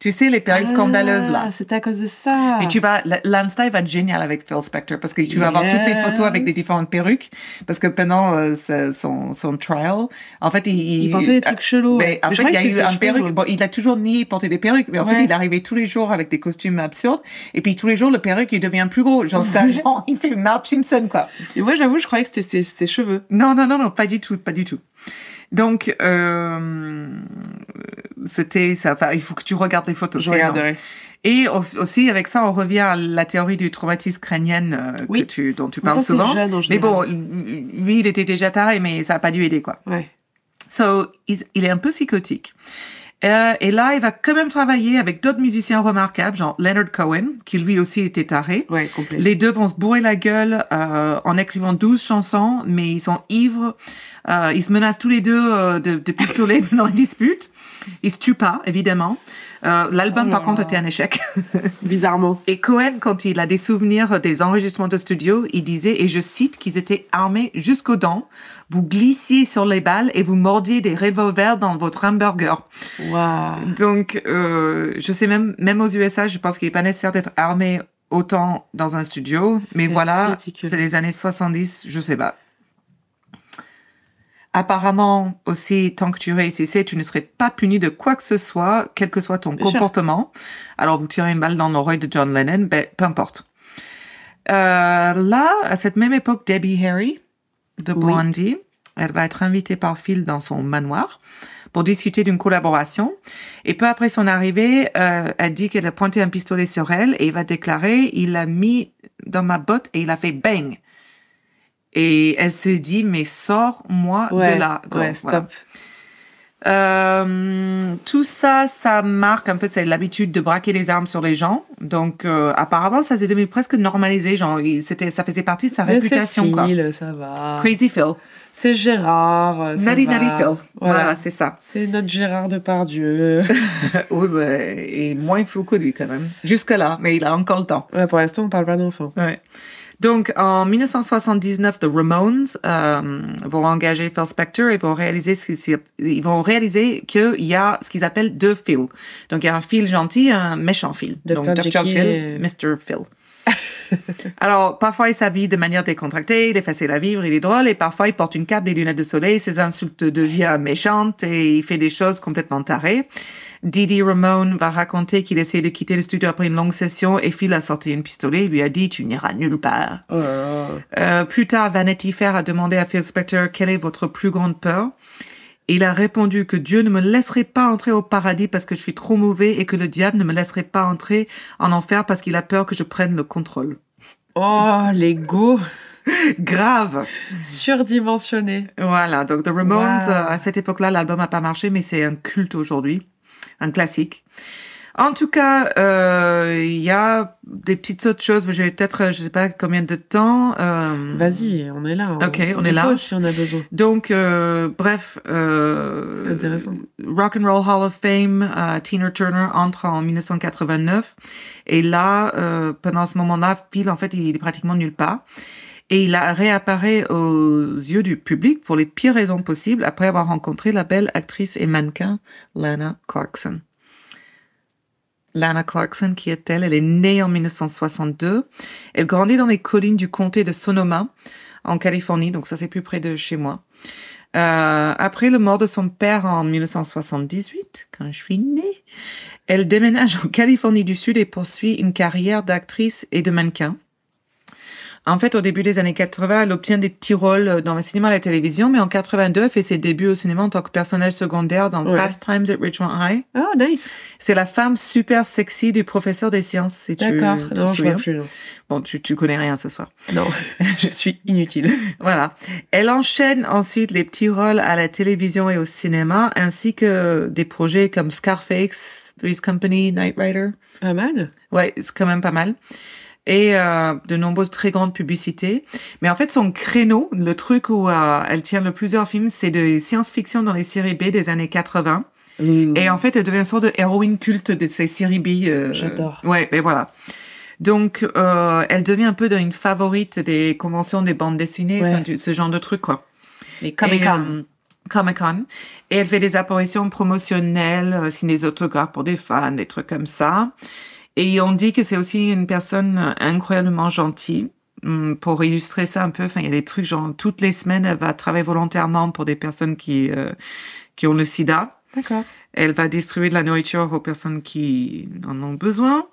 Speaker 1: Tu sais, les perruques scandaleuses, là.
Speaker 4: Ah, C'est à cause de ça.
Speaker 1: Et tu vas, la- l'Insta il va être génial avec Phil Spector parce que tu vas avoir
Speaker 4: Yes.
Speaker 1: toutes les photos avec les différentes perruques parce que pendant euh, ce- son, son trial, en fait, il,
Speaker 4: Il portait des trucs chelous.
Speaker 1: mais
Speaker 4: ouais.
Speaker 1: en
Speaker 4: Mais je
Speaker 1: fait, il
Speaker 4: croyais
Speaker 1: y a
Speaker 4: que
Speaker 1: eu
Speaker 4: c'était ses
Speaker 1: un
Speaker 4: cheveux,
Speaker 1: perruque.
Speaker 4: moi.
Speaker 1: Bon, il a toujours nié porter des perruques, mais en fait,
Speaker 4: Ouais.
Speaker 1: il arrivait tous les jours avec des costumes absurdes. Et puis, tous les jours, le perruque, il devient plus gros. Genre, c'est un- genre il fait le Marge Simpson, quoi.
Speaker 4: Et moi, j'avoue, je croyais que c'était ses, ses cheveux.
Speaker 1: Non, non, non, non, pas du tout, pas du tout. Donc, euh, c'était ça. Enfin, il faut que tu regardes les photos.
Speaker 4: Je
Speaker 1: c'est énorme.
Speaker 4: regarderai.
Speaker 1: Et au- aussi, avec ça, on revient à la théorie du traumatisme crânien euh,
Speaker 4: Oui.
Speaker 1: que tu, dont tu
Speaker 4: Mais
Speaker 1: parles
Speaker 4: ça, c'est
Speaker 1: souvent.
Speaker 4: jeune, en
Speaker 1: Mais
Speaker 4: général.
Speaker 1: bon, lui, il était déjà taré, mais ça n'a pas dû aider, quoi.
Speaker 4: Ouais.
Speaker 1: So, il, il est un peu psychotique. Euh, et là, il va quand même travailler avec d'autres musiciens remarquables, genre Leonard Cohen, qui lui aussi était taré.
Speaker 4: Ouais, complet.
Speaker 1: Les deux vont se bourrer la gueule euh, en écrivant 12 chansons, mais ils sont ivres. Euh, ils se menacent tous les deux euh, de, de pistolets dans la dispute. Ils se tuent pas, évidemment. Euh, L'album,
Speaker 4: Oh
Speaker 1: par
Speaker 4: là
Speaker 1: contre,
Speaker 4: là.
Speaker 1: était un échec.
Speaker 4: Bizarrement.
Speaker 1: Et Cohen, quand il a des souvenirs des enregistrements de studio, il disait, et je cite, qu'ils étaient armés jusqu'aux dents. Vous glissiez sur les balles et vous mordiez des revolvers dans votre hamburger.
Speaker 4: Waouh.
Speaker 1: Donc, euh, je sais même, même aux USA, je pense qu'il n'est pas nécessaire d'être armé autant dans un studio. Mais
Speaker 4: C'est
Speaker 1: voilà,
Speaker 4: ridicule.
Speaker 1: c'est les années 70, je sais pas. Apparemment, aussi, tant que tu réussissais, tu ne serais pas puni de quoi que ce soit, quel que soit ton
Speaker 4: Bien sûr.
Speaker 1: comportement. Alors, vous tirez une balle dans l'oreille de John Lennon, ben, peu importe. Euh, là, à cette même époque, Debbie Harry de Blondie, elle va être invitée par Phil dans son manoir pour discuter d'une collaboration. Et peu après son arrivée, euh, elle dit qu'elle a pointé un pistolet sur elle et il va déclarer, il l'a mis dans ma botte et il a fait bang. Et elle se dit, mais sors-moi
Speaker 4: Ouais,
Speaker 1: de là. gros.
Speaker 4: ouais, stop.
Speaker 1: Voilà. Euh, tout ça, ça marque, en fait, c'est l'habitude de braquer les armes sur les gens. Donc, euh, apparemment, ça s'est devenu presque normalisé. Genre, il- c'était, ça faisait partie de sa
Speaker 4: Mais c'est
Speaker 1: réputation, quoi.
Speaker 4: Phil, ça va.
Speaker 1: Crazy Phil.
Speaker 4: C'est Gérard. euh, ça
Speaker 1: Nutty
Speaker 4: va.
Speaker 1: Nutty Phil. Voilà,
Speaker 4: Voilà.
Speaker 1: c'est ça.
Speaker 4: C'est notre Gérard
Speaker 1: Euh,
Speaker 4: Depardieu.
Speaker 1: Oui, mais- et moins fou que lui, quand même. Jusque-là, mais il a encore le temps.
Speaker 4: ouais, pour l'instant, on parle pas d'enfants.
Speaker 1: Ouais. Donc, en 1979, The Ramones euh, vont engager Phil Spector et vont réaliser ce qu'ils- ils vont réaliser qu'il y a ce qu'ils appellent deux Phil. Donc, il y a un Phil gentil, et un méchant Phil.
Speaker 4: Dr.
Speaker 1: Donc,
Speaker 4: Jekyll et-
Speaker 1: Mr. Phil. Alors, parfois, il s'habille de manière décontractée, il est facile à vivre, il est drôle, et parfois, il porte une cape, des lunettes de soleil, ses insultes deviennent méchantes et il fait des choses complètement tarées. Didi Ramone va raconter qu'il essayait de quitter le studio après une longue session et Phil a sorti une pistolet et lui a dit « tu n'iras nulle part ».
Speaker 4: Oh là là.
Speaker 1: Euh, plus tard, Vanity Fair a demandé à Phil Spector quelle est votre plus grande peur. Et il a répondu que Dieu ne me laisserait pas entrer au paradis parce que je suis trop mauvais et que le diable ne me laisserait pas entrer en enfer parce qu'il a peur que je prenne le contrôle.
Speaker 4: Oh, l'ego
Speaker 1: Grave.
Speaker 4: surdimensionné.
Speaker 1: Voilà. Donc, The Ramones,
Speaker 4: Wow.
Speaker 1: euh, à cette époque-là, l'album n'a pas marché, mais c'est un culte aujourd'hui. Un classique. En tout cas, euh, il y a des petites autres choses. J'ai peut-être, euh, je sais pas combien de temps. euh,
Speaker 4: Vas-y, on est là.
Speaker 1: Ok, on est
Speaker 4: les
Speaker 1: là.
Speaker 4: pose si on a besoin.
Speaker 1: Donc, euh, bref, euh,
Speaker 4: C'est intéressant.
Speaker 1: Rock and Roll Hall of Fame, euh, Tina Turner entre en 1989. Et là, euh, pendant ce moment-là, Phil, en fait, il est pratiquement nulle part. Et il a réapparaît aux yeux du public pour les pires raisons possibles après avoir rencontré la belle actrice et mannequin Lana Clarkson. Lana Clarkson, qui est-elle Elle est née en 1962. Elle grandit dans les collines du comté de Sonoma, en Californie, donc ça c'est plus près de chez moi. Euh, après le mort de son père en 1978, quand je suis née, elle déménage en Californie du Sud et poursuit une carrière d'actrice et de mannequin. En fait, au début des années 80, elle obtient des petits rôles dans le cinéma et la télévision, mais en 82, elle fait ses débuts au cinéma en tant que personnage secondaire dans
Speaker 4: Ouais.
Speaker 1: Fast Times at Richmond High.
Speaker 4: Oh, nice.
Speaker 1: C'est la femme super sexy du professeur des sciences, si tu
Speaker 4: D'accord.
Speaker 1: te
Speaker 4: Non, je vois
Speaker 1: souviens.
Speaker 4: plus. Non,
Speaker 1: Bon, tu, tu connais rien ce soir.
Speaker 4: Non, je suis inutile.
Speaker 1: Voilà. Elle enchaîne ensuite les petits rôles à la télévision et au cinéma, ainsi que des projets comme Scarface, Three's Company, Knight Rider.
Speaker 4: Pas mal.
Speaker 1: Ouais, c'est quand même pas mal. Et euh, de nombreuses très grandes publicités. Mais en fait, son créneau, le truc où euh, elle tient le plusieurs films, c'est de science-fiction dans les séries B des années 80.
Speaker 4: Mmh.
Speaker 1: Et en fait, elle devient une sorte de héroïne culte de ces séries B. euh,
Speaker 4: J'adore.
Speaker 1: Ouais, mais voilà. Donc, euh, elle devient un peu une favorite des conventions des bandes dessinées,
Speaker 4: Ouais.
Speaker 1: enfin, du- ce genre de truc, quoi.
Speaker 4: Les Comic-Con.
Speaker 1: Comic Con. euh, Et elle fait des apparitions promotionnelles, euh, signe des autographes pour des fans, des trucs comme ça. Et on dit que c'est aussi une personne euh, incroyablement gentille. Hum, Pour illustrer ça un peu, enfin, il y a des trucs genre toutes les semaines, elle va travailler volontairement pour des personnes qui euh, qui ont le sida.
Speaker 4: D'accord.
Speaker 1: Elle va distribuer de la nourriture aux personnes qui en ont besoin.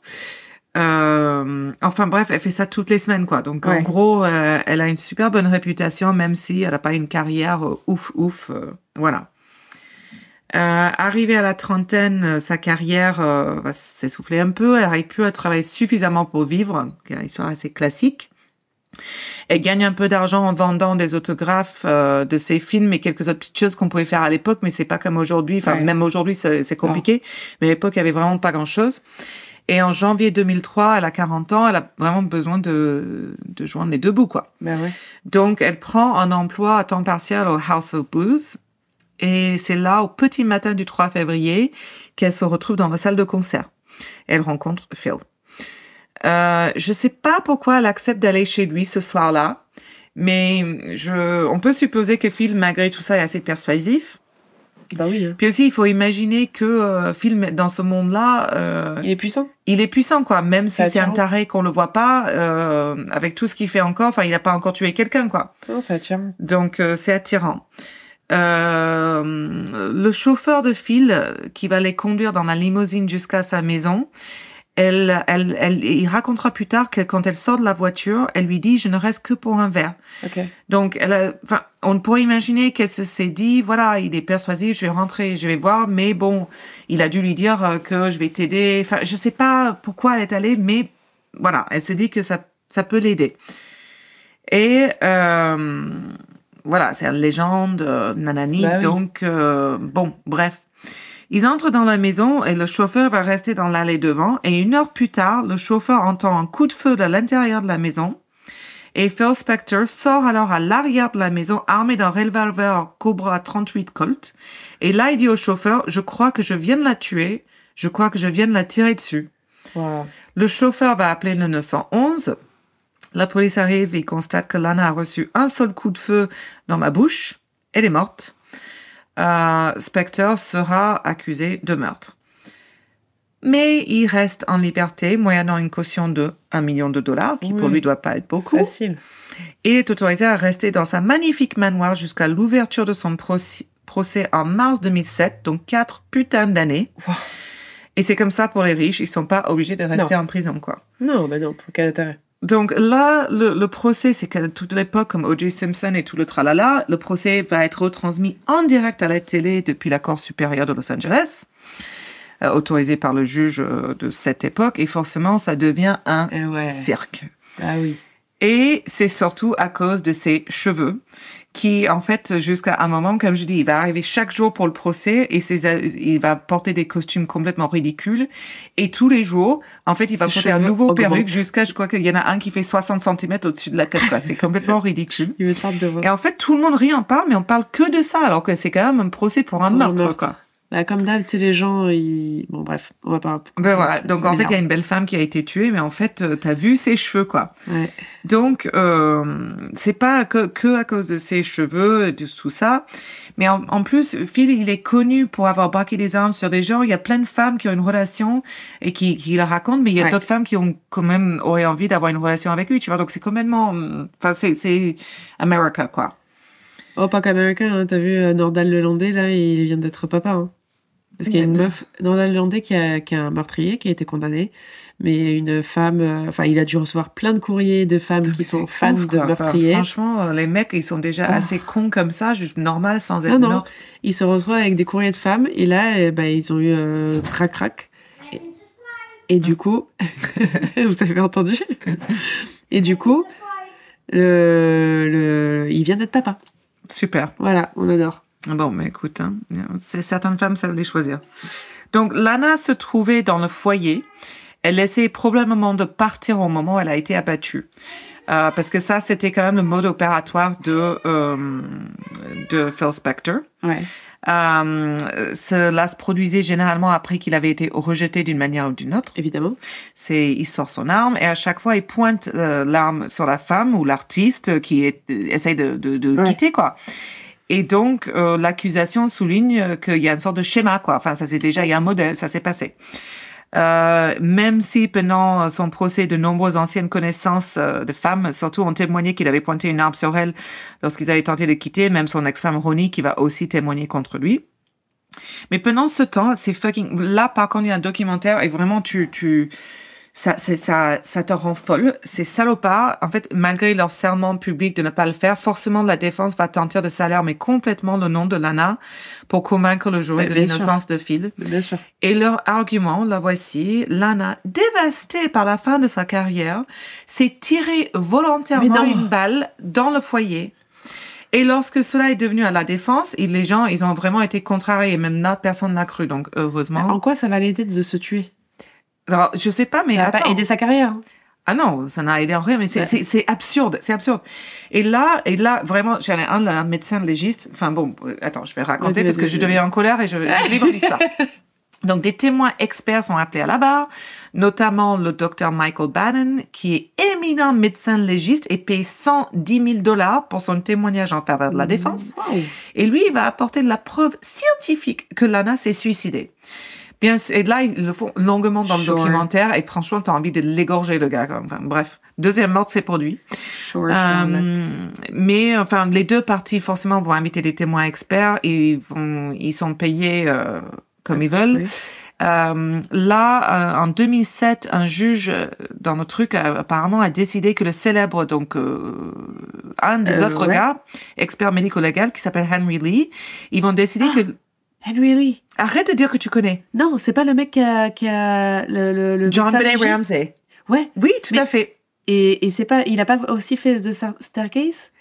Speaker 1: Euh, enfin bref, elle fait ça toutes les semaines quoi. Donc en
Speaker 4: Ouais.
Speaker 1: gros, euh, elle a une super bonne réputation, même si elle n'a pas une carrière euh, ouf ouf. euh, voilà. Euh, arrivée à la trentaine, euh, sa carrière euh, va s'essouffler un peu. Elle n'arrive plus à travailler suffisamment pour vivre, c'est une histoire assez classique. Elle gagne un peu d'argent en vendant des autographes euh, de ses films et quelques autres petites choses qu'on pouvait faire à l'époque, mais c'est pas comme aujourd'hui. Enfin,
Speaker 4: Ouais.
Speaker 1: même aujourd'hui, c'est c'est compliqué. Mais à l'époque, il y avait vraiment pas grand-chose. Et en janvier 2003, elle a 40 ans, elle a vraiment besoin de, de joindre les deux bouts, quoi.
Speaker 4: Bah ouais.
Speaker 1: Donc, elle prend un emploi à temps partiel au House of Blues. Et c'est là, au petit matin du 3 février, qu'elle se retrouve dans la salle de concert. Elle rencontre Phil. Euh, je sais pas pourquoi elle accepte d'aller chez lui ce soir-là, mais je, on peut supposer que Phil, malgré tout ça, est assez persuasif.
Speaker 4: Bah oui. hein.
Speaker 1: Puis aussi, il faut imaginer que euh, Phil, dans ce monde-là, euh,
Speaker 4: Il est puissant.
Speaker 1: il est puissant, quoi. Même si
Speaker 4: Ça
Speaker 1: c'est un
Speaker 4: attire.
Speaker 1: taré qu'on le voit pas, euh, avec tout ce qu'il fait encore, enfin, il n'a pas encore tué quelqu'un, quoi.
Speaker 4: Non, ça attire.
Speaker 1: Donc euh, c'est attirant. euh, le chauffeur de fil qui va les conduire dans la limousine jusqu'à sa maison, elle, elle, elle, il racontera plus tard que quand elle sort de la voiture, elle lui dit, je ne reste que pour un verre.
Speaker 4: Ok.
Speaker 1: Donc, elle a- enfin, on pourrait imaginer qu'elle se s'est dit, voilà, il est persuasif, je vais rentrer, je vais voir, mais bon, il a dû lui dire euh, que je vais t'aider. Enfin, je sais pas pourquoi elle est allée, mais voilà, elle s'est dit que ça, ça peut l'aider. Et euh, voilà, c'est une légende, euh, nanani.
Speaker 4: Bah oui.
Speaker 1: Donc, euh, bon, bref. Ils entrent dans la maison et le chauffeur va rester dans l'allée devant. Et une heure plus tard, le chauffeur entend un coup de feu de l'intérieur de la maison. Et Phil Spector sort alors à l'arrière de la maison armé d'un revolver Cobra 38 Colt. Et là, il dit au chauffeur, je crois que je viens de la tuer. Je crois que je viens de la tirer dessus.
Speaker 4: Wow.
Speaker 1: Le chauffeur va appeler le 911. La police arrive et constate que Lana a reçu un seul coup de feu dans la bouche. Elle est morte. Euh, Spector sera accusé de meurtre. Mais il reste en liberté moyennant une caution de 1 million de dollars, qui pour
Speaker 4: Oui.
Speaker 1: lui doit pas être beaucoup.
Speaker 4: Facile.
Speaker 1: Il est autorisé à rester dans sa magnifique manoir jusqu'à l'ouverture de son proci- procès en mars 2007, donc quatre putains d'années.
Speaker 4: Wow.
Speaker 1: Et c'est comme ça pour les riches, ils sont pas obligés de rester en prison, quoi.
Speaker 4: Non, bah non, pour quel intérêt
Speaker 1: Donc là, le, le procès, c'est qu'à toute l'époque, comme O.J. Simpson et tout le tralala, le procès va être retransmis en direct à la télé depuis la Cour supérieure de Los Angeles, euh, autorisé par le juge euh, de cette époque, et forcément, ça devient un
Speaker 4: Eh ouais.
Speaker 1: cirque.
Speaker 4: Ah oui.
Speaker 1: Et c'est surtout à cause de ses cheveux, qui, en fait, jusqu'à un moment, comme je dis, il va arriver chaque jour pour le procès et ses, il va porter des costumes complètement ridicules. Et tous les jours, en fait, il va
Speaker 4: Ses
Speaker 1: porter un
Speaker 4: cheveux
Speaker 1: nouveau
Speaker 4: augmentent.
Speaker 1: perruque jusqu'à, je crois qu'il y en a un qui fait 60 cm au-dessus de la tête, quoi. C'est complètement ridicule.
Speaker 4: Il me tarde de voir.
Speaker 1: Et en fait, tout le monde rit en parle, mais on parle que de ça, alors que c'est quand même un procès pour un
Speaker 4: Pour un
Speaker 1: meurtre,
Speaker 4: meurtre.
Speaker 1: quoi.
Speaker 4: Bah, comme d'hab, tu sais, les gens, ils. Bon, bref, on va pas.
Speaker 1: Ben voilà. Donc,
Speaker 4: Ça
Speaker 1: en fait, il y a
Speaker 4: m'énerve.
Speaker 1: une belle femme qui a été tuée, mais en fait, euh, t'as vu ses cheveux, quoi.
Speaker 4: Ouais.
Speaker 1: Donc, euh, c'est pas que, que à cause de ses cheveux, et de tout ça. Mais en, en plus, Phil, il est connu pour avoir braqué des armes sur des gens. Il y a plein de femmes qui ont une relation et qui, qui la racontent, mais il y a
Speaker 4: Ouais.
Speaker 1: d'autres femmes qui ont quand même, auraient envie d'avoir une relation avec lui, tu vois. Donc, c'est complètement, hum, enfin, c'est, c'est America, quoi.
Speaker 4: Oh, pas qu'américain, hein. t'as vu euh, Nordal Lelandais, là, il vient d'être papa. Hein. Parce qu'il y a une
Speaker 1: Nordal.
Speaker 4: meuf, Nordal Lelandais, qui a, qui a un meurtrier, qui a été condamné. Mais une femme. euh, Enfin, il a dû recevoir plein de courriers de femmes qui sont
Speaker 1: C'est
Speaker 4: fans
Speaker 1: ouf,
Speaker 4: de
Speaker 1: quoi. Enfin,
Speaker 4: meurtriers.
Speaker 1: franchement, euh, les mecs, ils sont déjà
Speaker 4: Oh.
Speaker 1: assez cons comme ça, juste normal, sans être
Speaker 4: Non, non.
Speaker 1: meurtres.
Speaker 4: Ils se retrouvent avec des courriers de femmes et là, eh ben, ils ont eu euh, crac crac. Et, et du coup, vous avez entendu Et du coup, le, le, il vient d'être papa.
Speaker 1: Super.
Speaker 4: Voilà, on adore.
Speaker 1: Bon, mais écoute, hein, c'est- certaines femmes savent les choisir. Donc, Lana se trouvait dans le foyer. Elle essayait probablement de partir au moment où elle a été abattue. Euh, parce que ça, c'était quand même le mode opératoire de, euh, de Phil Spector.
Speaker 4: Ouais.
Speaker 1: Euh, cela se produisait généralement après qu'il avait été rejeté d'une manière ou d'une autre.
Speaker 4: Évidemment.
Speaker 1: C'est, il sort son arme et à chaque fois, il pointe euh, l'arme sur la femme ou l'artiste qui est, essaye de, de, de
Speaker 4: Ouais.
Speaker 1: quitter, quoi. Et donc, euh, l'accusation souligne euh, qu'il y a une sorte de schéma, quoi. Enfin, ça c'est déjà, il y a un modèle, ça s'est passé. Euh, même si pendant son procès, de nombreuses anciennes connaissances euh, de femmes, surtout, ont témoigné qu'il avait pointé une arme sur elle lorsqu'ils avaient tenté de quitter, même son ex-femme Ronnie qui va aussi témoigner contre lui. Mais pendant ce temps, c'est fucking... Là, par contre, il y a un documentaire et vraiment, tu... tu... Ça, c'est- ça, ça te rend folle. Ces salopards, en fait, malgré leur serment public de ne pas le faire, forcément, la défense va tenter de salarmer complètement le nom de Lana pour convaincre le jury
Speaker 4: Mais
Speaker 1: de
Speaker 4: bien sûr.
Speaker 1: l'innocence de Phil.
Speaker 4: Bien sûr.
Speaker 1: Et leur argument, la voici, Lana, dévastée par la fin de sa carrière, s'est tirée volontairement
Speaker 4: Mais non.
Speaker 1: une balle dans le foyer. Et lorsque cela est devenu à la défense, et les gens, ils ont vraiment été contrariés. Même là, personne n'a cru, donc heureusement.
Speaker 4: Bah, En quoi ça va l'aider de se tuer
Speaker 1: Alors, je sais pas, mais
Speaker 4: Ça va
Speaker 1: attends.
Speaker 4: pas aider sa carrière. hein.
Speaker 1: Ah non, ça n'a aidé en rien, mais c'est
Speaker 4: Ouais.
Speaker 1: c'est- c'est absurde, c'est absurde. Et là, et là, vraiment, j'en ai un, un médecin légiste. Enfin bon, euh, attends, je vais raconter
Speaker 4: Vas-y,
Speaker 1: parce que
Speaker 4: vas-y,
Speaker 1: je
Speaker 4: vas-y.
Speaker 1: deviens en colère et je j'oublie mon histoire. Donc, des témoins experts sont appelés à la barre, notamment le docteur Michael Bannon, qui est éminent médecin légiste et paye 110 000 dollars pour son témoignage en faveur de
Speaker 4: Mmh.
Speaker 1: la défense.
Speaker 4: Waouh.
Speaker 1: Et lui, il va apporter de la preuve scientifique que Lana s'est suicidée. Bien, sûr, et là, ils le font longuement dans le
Speaker 5: Sure.
Speaker 1: documentaire et franchement, t'as envie de l'égorger, le gars. quoi. Enfin, bref, deuxième meurtre, c'est pour lui.
Speaker 5: Sure, sure.
Speaker 1: Euh, mais enfin, les deux parties forcément vont inviter des témoins experts et ils vont, ils sont payés euh, comme ils veulent.
Speaker 4: Oui.
Speaker 1: Euh, là, euh, en 2007, un juge euh, dans notre truc a- apparemment a décidé que le célèbre donc euh, un des
Speaker 5: Euh,
Speaker 1: autres
Speaker 5: ouais.
Speaker 1: gars, expert médico-légal qui s'appelle Henry Lee, ils vont décider que
Speaker 4: Henry Lee.
Speaker 1: arrête de dire que tu connais
Speaker 4: Eh, Non, c'est pas le mec qui a, qui a le, le, le
Speaker 1: John
Speaker 4: médecin
Speaker 1: Benet
Speaker 4: légiste
Speaker 1: Ramsey.
Speaker 4: Ouais.
Speaker 1: Oui, tout
Speaker 4: Mais-
Speaker 1: à fait.
Speaker 4: Et, et c'est pas, il a pas aussi fait The Star- Staircase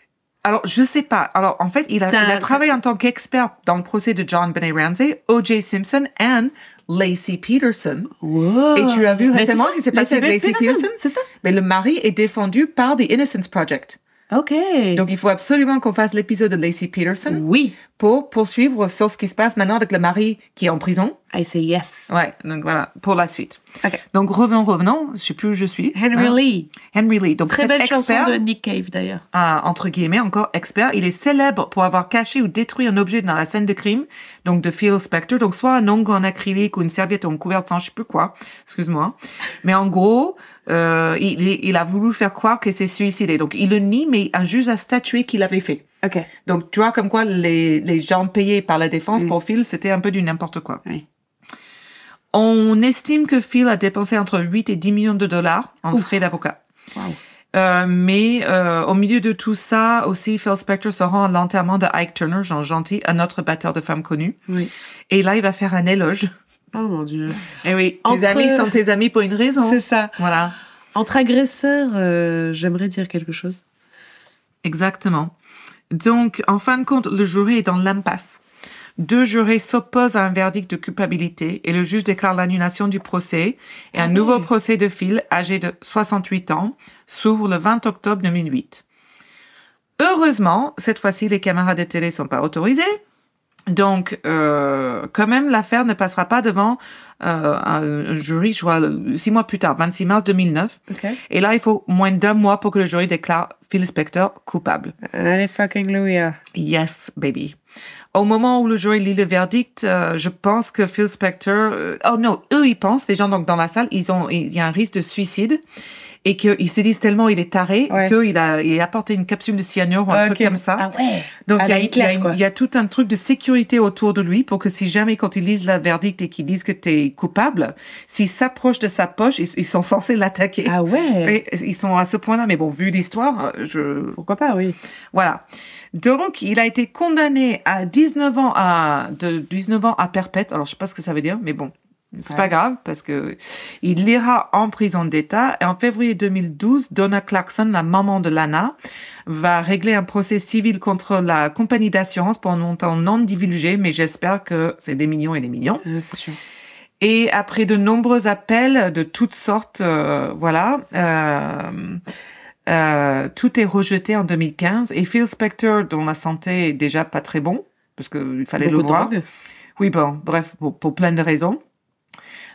Speaker 1: Alors, je sais pas. Alors, en fait, il a,
Speaker 4: C'est
Speaker 1: il a
Speaker 4: un-
Speaker 1: travaillé en tant qu'expert dans le procès de John Benet Ramsey, O.J. Simpson and Lacey Peterson.
Speaker 4: Wow.
Speaker 1: Et tu as vu
Speaker 4: Mais
Speaker 1: récemment
Speaker 4: c'est ça,
Speaker 1: ce qui s'est passé
Speaker 4: mais
Speaker 1: avec
Speaker 4: c'est
Speaker 1: Lacey
Speaker 4: bien ça,
Speaker 1: Peterson
Speaker 4: C'est ça.
Speaker 1: Mais le mari est défendu par The Innocence Project.
Speaker 4: Ok.
Speaker 1: Donc, il faut absolument qu'on fasse l'épisode de Lacey Peterson
Speaker 4: oui,
Speaker 1: pour poursuivre sur ce qui se passe maintenant avec le mari qui est en prison.
Speaker 4: I say yes.
Speaker 1: Ouais, donc voilà, pour la suite.
Speaker 4: Ok.
Speaker 1: Donc, revenons, revenons. Je sais plus où je suis.
Speaker 4: Henry
Speaker 1: Hein?
Speaker 4: Lee.
Speaker 1: Henry Lee. Donc,
Speaker 4: Très
Speaker 1: cet
Speaker 4: belle
Speaker 1: expert,
Speaker 4: chanson de Nick Cave d'ailleurs.
Speaker 1: euh, entre guillemets, encore expert. Il est célèbre pour avoir caché ou détruit un objet dans la scène de crime, donc de Phil Spector, donc soit un ongle en acrylique ou une serviette ou un couvert de sang, je sais plus quoi, excuse-moi. Mais en gros, euh, il, il- il a voulu faire croire qu'il s'est suicidé. Donc il le nie, mais un juge a statué qu'il avait fait.
Speaker 4: Ok.
Speaker 1: Donc tu vois comme quoi les, les gens payés par la défense pour Phil, c'était un peu du n'importe quoi.
Speaker 4: Mm. Oui.
Speaker 1: On estime que Phil a dépensé entre 8 et 10 millions de dollars en frais d'avocat.
Speaker 4: Wow.
Speaker 1: Euh, mais euh, au milieu de tout ça, aussi, Phil Spector se rend à l'enterrement de Ike Turner, Jean Gentil, un autre batteur de femmes connues.
Speaker 4: Oui.
Speaker 1: Et là, il va faire un éloge.
Speaker 4: Oh mon dieu.
Speaker 1: Et oui, tes
Speaker 4: Entre-
Speaker 1: amis sont tes amis pour une raison.
Speaker 4: C'est ça.
Speaker 1: Voilà,
Speaker 4: Entre agresseurs, euh, j'aimerais dire quelque chose.
Speaker 1: exactement. Donc, en fin de compte, le jury est dans l'impasse. Deux jurés s'opposent à un verdict de culpabilité et le juge déclare l'annulation du procès et un nouveau procès de Phil, âgé de 68 ans, s'ouvre le 20 octobre 2008. Heureusement, cette fois-ci, les caméras de télé sont pas autorisées. Donc, euh, quand même, l'affaire ne passera pas devant euh, un un jury, je vois, le- six mois plus tard, 26 mars 2009.
Speaker 4: Ok.
Speaker 1: Et là, il faut moins d'un mois pour que le jury déclare Phil Spector coupable.
Speaker 4: Allez fucking hein. Louia.
Speaker 1: Yes, baby. Au moment où le jury lit le verdict, euh, je pense que Phil Spector, euh, oh non, eux ils pensent, les gens donc dans la salle, ils ont, il y a un risque de suicide et qu'ils se disent tellement il est taré
Speaker 4: Ouais.
Speaker 1: qu'il a, il a apporté une capsule de cyanure ou un truc comme ça.
Speaker 4: Ah ouais.
Speaker 1: Donc
Speaker 4: À
Speaker 1: il y, a,
Speaker 4: la Hitler,
Speaker 1: il y a une-
Speaker 4: quoi.
Speaker 1: il y a tout un truc de sécurité autour de lui pour que si jamais quand ils lisent la verdict et qu'ils disent que t'es coupable, s'ils s'approchent de sa poche, ils, ils sont censés l'attaquer.
Speaker 4: Ah ouais.
Speaker 1: Et ils sont à ce point-là, mais bon, vu l'histoire, euh, je
Speaker 4: Pourquoi pas, oui.
Speaker 1: voilà. Donc il a été condamné à 19 ans à de 19 ans à perpète. Alors je sais pas ce que ça veut dire, mais bon, c'est pas grave parce que il ira en prison d'État. Et en février 2012, Donna Clarkson, la maman de Lana, va régler un procès civil contre la compagnie d'assurance pour un montant non divulgué, mais j'espère que c'est des millions et des millions.
Speaker 4: Ah, c'est sûr.
Speaker 1: Et après de nombreux appels de toutes sortes, euh, voilà, euh, euh, tout est rejeté en 2015. Et Phil Spector, dont la santé est déjà pas très bon, parce qu'il fallait
Speaker 4: Beaucoup
Speaker 1: le
Speaker 4: de
Speaker 1: voir.
Speaker 4: drogue.
Speaker 1: Oui, bon, bref, pour, pour plein de raisons.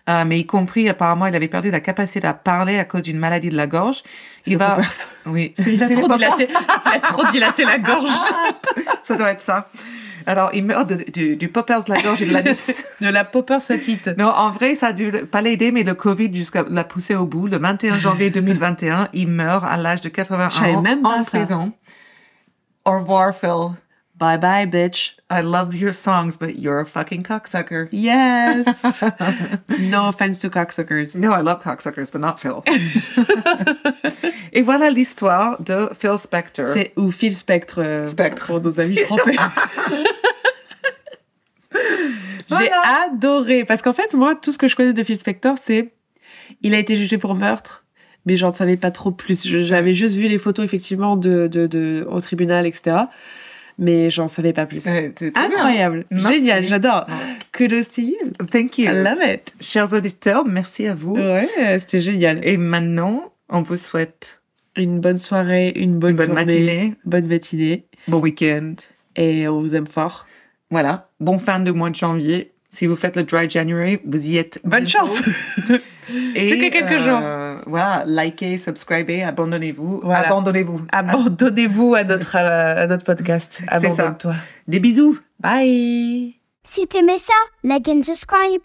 Speaker 1: Euh, mais y compris, apparemment, il avait perdu la capacité à parler à cause d'une maladie de la gorge. Il va, oui,
Speaker 4: Il a,
Speaker 1: C'est
Speaker 4: trop
Speaker 1: les
Speaker 4: dilaté, il a trop dilaté la gorge
Speaker 1: ça doit être ça. Alors, il meurt de- du, du poppers de la gorge et de l'anus.
Speaker 4: de la popper satite.
Speaker 1: Non, en vrai, ça a dû pas l'aider, mais le Covid jusqu'à la pousser au bout. Le 21 janvier 2021, il meurt à l'âge de 81
Speaker 4: Je savais
Speaker 1: ans
Speaker 4: même
Speaker 1: en
Speaker 4: pas ça.
Speaker 1: prison. Au revoir, Phil.
Speaker 4: Bye bye, bitch.
Speaker 1: I loved your songs, but you're a fucking cocksucker.
Speaker 4: Yes. no offense to cocksuckers.
Speaker 1: No, I love cocksuckers, but not Phil. Et voilà l'histoire de Phil Spector.
Speaker 4: C'est ou Phil Spectre euh,
Speaker 1: Spectre.
Speaker 4: pour nos amis français. J'ai
Speaker 1: Voilà.
Speaker 4: adoré parce qu'en fait moi tout ce que je connais de Phil Spector c'est il a été jugé pour meurtre mais j'en savais pas trop plus. Je- J'avais juste vu les photos effectivement de, de, de au tribunal etc. Mais j'en savais pas plus.
Speaker 1: Euh, c'est trop bien.
Speaker 4: Incroyable,
Speaker 1: Merci.
Speaker 4: génial, j'adore. Kudos to you.
Speaker 1: Thank you.
Speaker 4: I love Euh. it.
Speaker 1: Chers auditeurs, merci à vous.
Speaker 4: Ouais, c'était génial.
Speaker 1: Et maintenant, on vous souhaite
Speaker 4: Une bonne soirée, une bonne,
Speaker 1: une bonne
Speaker 4: journée,
Speaker 1: matinée,
Speaker 4: bonne matinée.
Speaker 1: bon week-end.
Speaker 4: Et on vous aime fort.
Speaker 1: Voilà, bon fin de mois de janvier. Si vous faites le dry January, vous y êtes.
Speaker 4: Bonne
Speaker 1: bientôt.
Speaker 4: chance.
Speaker 1: Et
Speaker 4: Plus que quelques
Speaker 1: euh, Voilà, likez, subscribez, abandonnez-vous,
Speaker 4: Voilà.
Speaker 1: abandonnez-vous.
Speaker 4: Abandonnez-vous à notre, euh, à notre podcast.
Speaker 1: C'est ça.
Speaker 4: Abandonne-toi.
Speaker 1: Des bisous.
Speaker 4: Bye.
Speaker 6: Si t'aimais ça, like and subscribe.